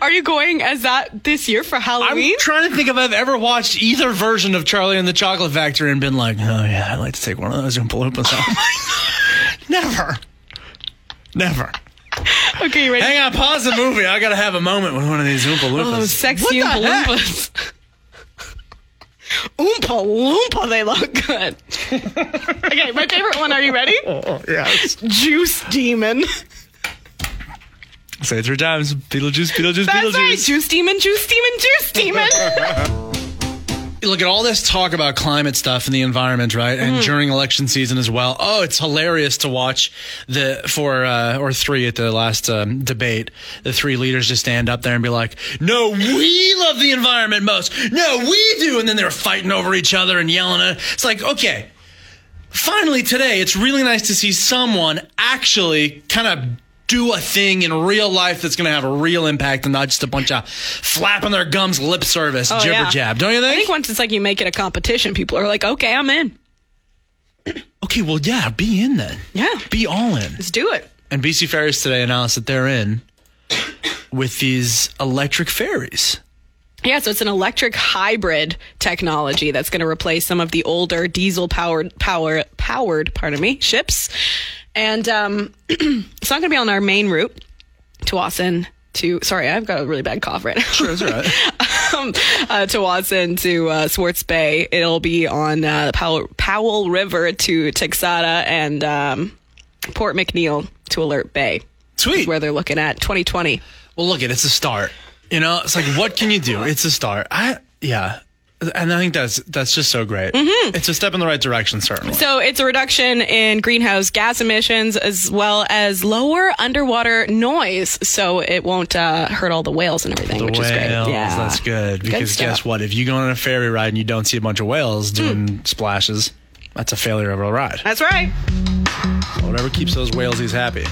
B: Are you going as that this year for Halloween?
A: I'm trying to think if I've ever watched either version of Charlie and the Chocolate Factory and been like, oh yeah, I'd like to take one of those Oompa Loompas
B: *laughs* Oh
A: off. Never. Never.
B: Okay, you ready?
A: Hang on, pause the movie. I gotta have a moment with one of these Oompa Loompas.
B: Oh, sexy
A: What the
B: Oompa
A: heck?
B: Loompas. *laughs* Oompa Loompa, they look
A: *laughs*
B: good. okay, my favorite one. Are you ready?
A: Oh, yes.
B: Juice
A: *laughs*
B: Demon.
A: Say it three times. Beetlejuice, Beetlejuice,
B: That's right.
A: Beetlejuice.
B: Juice Demon, Juice Demon,
A: *laughs*
B: Juice Demon.
A: Look at all this talk about climate stuff and the environment, right? And
B: Mhm.
A: during election season as well. Oh, it's hilarious to watch the four uh, or three at the last um, debate. The three leaders just stand up there and be like, "No, we love the environment most. No, we do." And then they're fighting over each other and yelling at. It's like, okay, finally today, it's really nice to see someone actually kind of do a thing in real life that's going to have a real impact and not just a bunch of flapping their gums lip service
B: Oh,
A: jibber
B: yeah.
A: jab. Don't you
B: I
A: think?
B: think once it's like you make it a competition, people are like, okay, I'm in.
A: Okay, well, yeah, be in then.
B: Yeah.
A: Be all in.
B: Let's do it.
A: And BC Ferries today announced that they're in with these electric ferries.
B: Yeah, so it's an electric hybrid technology that's going to replace some of the older diesel powered power powered, pardon me, ships. And um, *clears throat* it's not going to be on our main route to Austin to sorry, I've got a really bad cough right now. Sure,
A: that's all right.
B: um, *laughs* uh, to Watson to uh, Swartz Bay. It'll be on uh, Powell, Powell River to Texada and um, Port McNeil to Alert Bay.
A: *laughs* Sweet.
B: where they're looking at 2020.
A: Well, look, it, it's a start. You know, it's like, what can you do? It's a start. I, yeah. And I think that's that's just so great. Mm-hmm. It's a step in the right direction, certainly.
B: So it's a reduction in greenhouse gas emissions as well as lower underwater noise, so it won't uh, hurt all the whales and everything, which is great.
A: Whales,
B: Yeah,
A: that's good. Because
B: stuff. Hmm.
A: guess what? If you go on a ferry ride and you don't see a bunch of whales doing splashes, that's a failure of a ride.
B: That's right. Ah.
A: Whatever keeps those whalesies happy.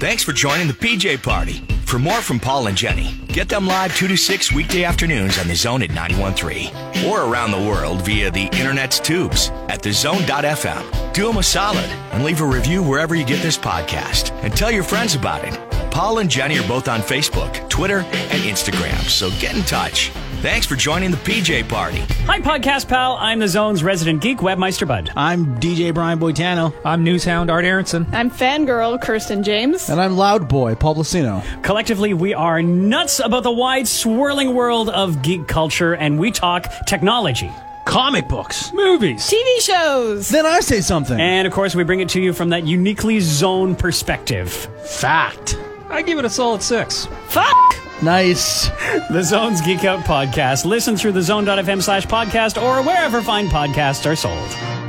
S: Thanks for joining the PJ Party. For more from Paul and Jenny, get them live 2 to 6 weekday afternoons on The Zone at 91.3 or around the world via the internet's tubes at thezone.fm. Do them a solid and leave a review wherever you get this podcast and tell your friends about it. Paul and Jenny are both on Facebook, Twitter, and Instagram, so get in touch. Thanks for joining the PJ Party.
K: Hi, podcast pal. I'm the Zone's resident geek, Webmeister Bud. I'm DJ Brian Boitano. I'm Newshound Art Aronson.
R: I'm fangirl Kirsten James.
K: And I'm Loud Boy, Paul Blasino. Collectively, we are nuts about the wide, swirling world of geek culture, and we talk technology. Comic books, movies, TV shows. Then I say something. And of course, we bring it to you from that uniquely zone perspective. Fact. I give it a solid six. Fuck! Nice. The Zone's Geek Out Podcast. Listen through the zone.fm slash podcast or wherever fine podcasts are sold.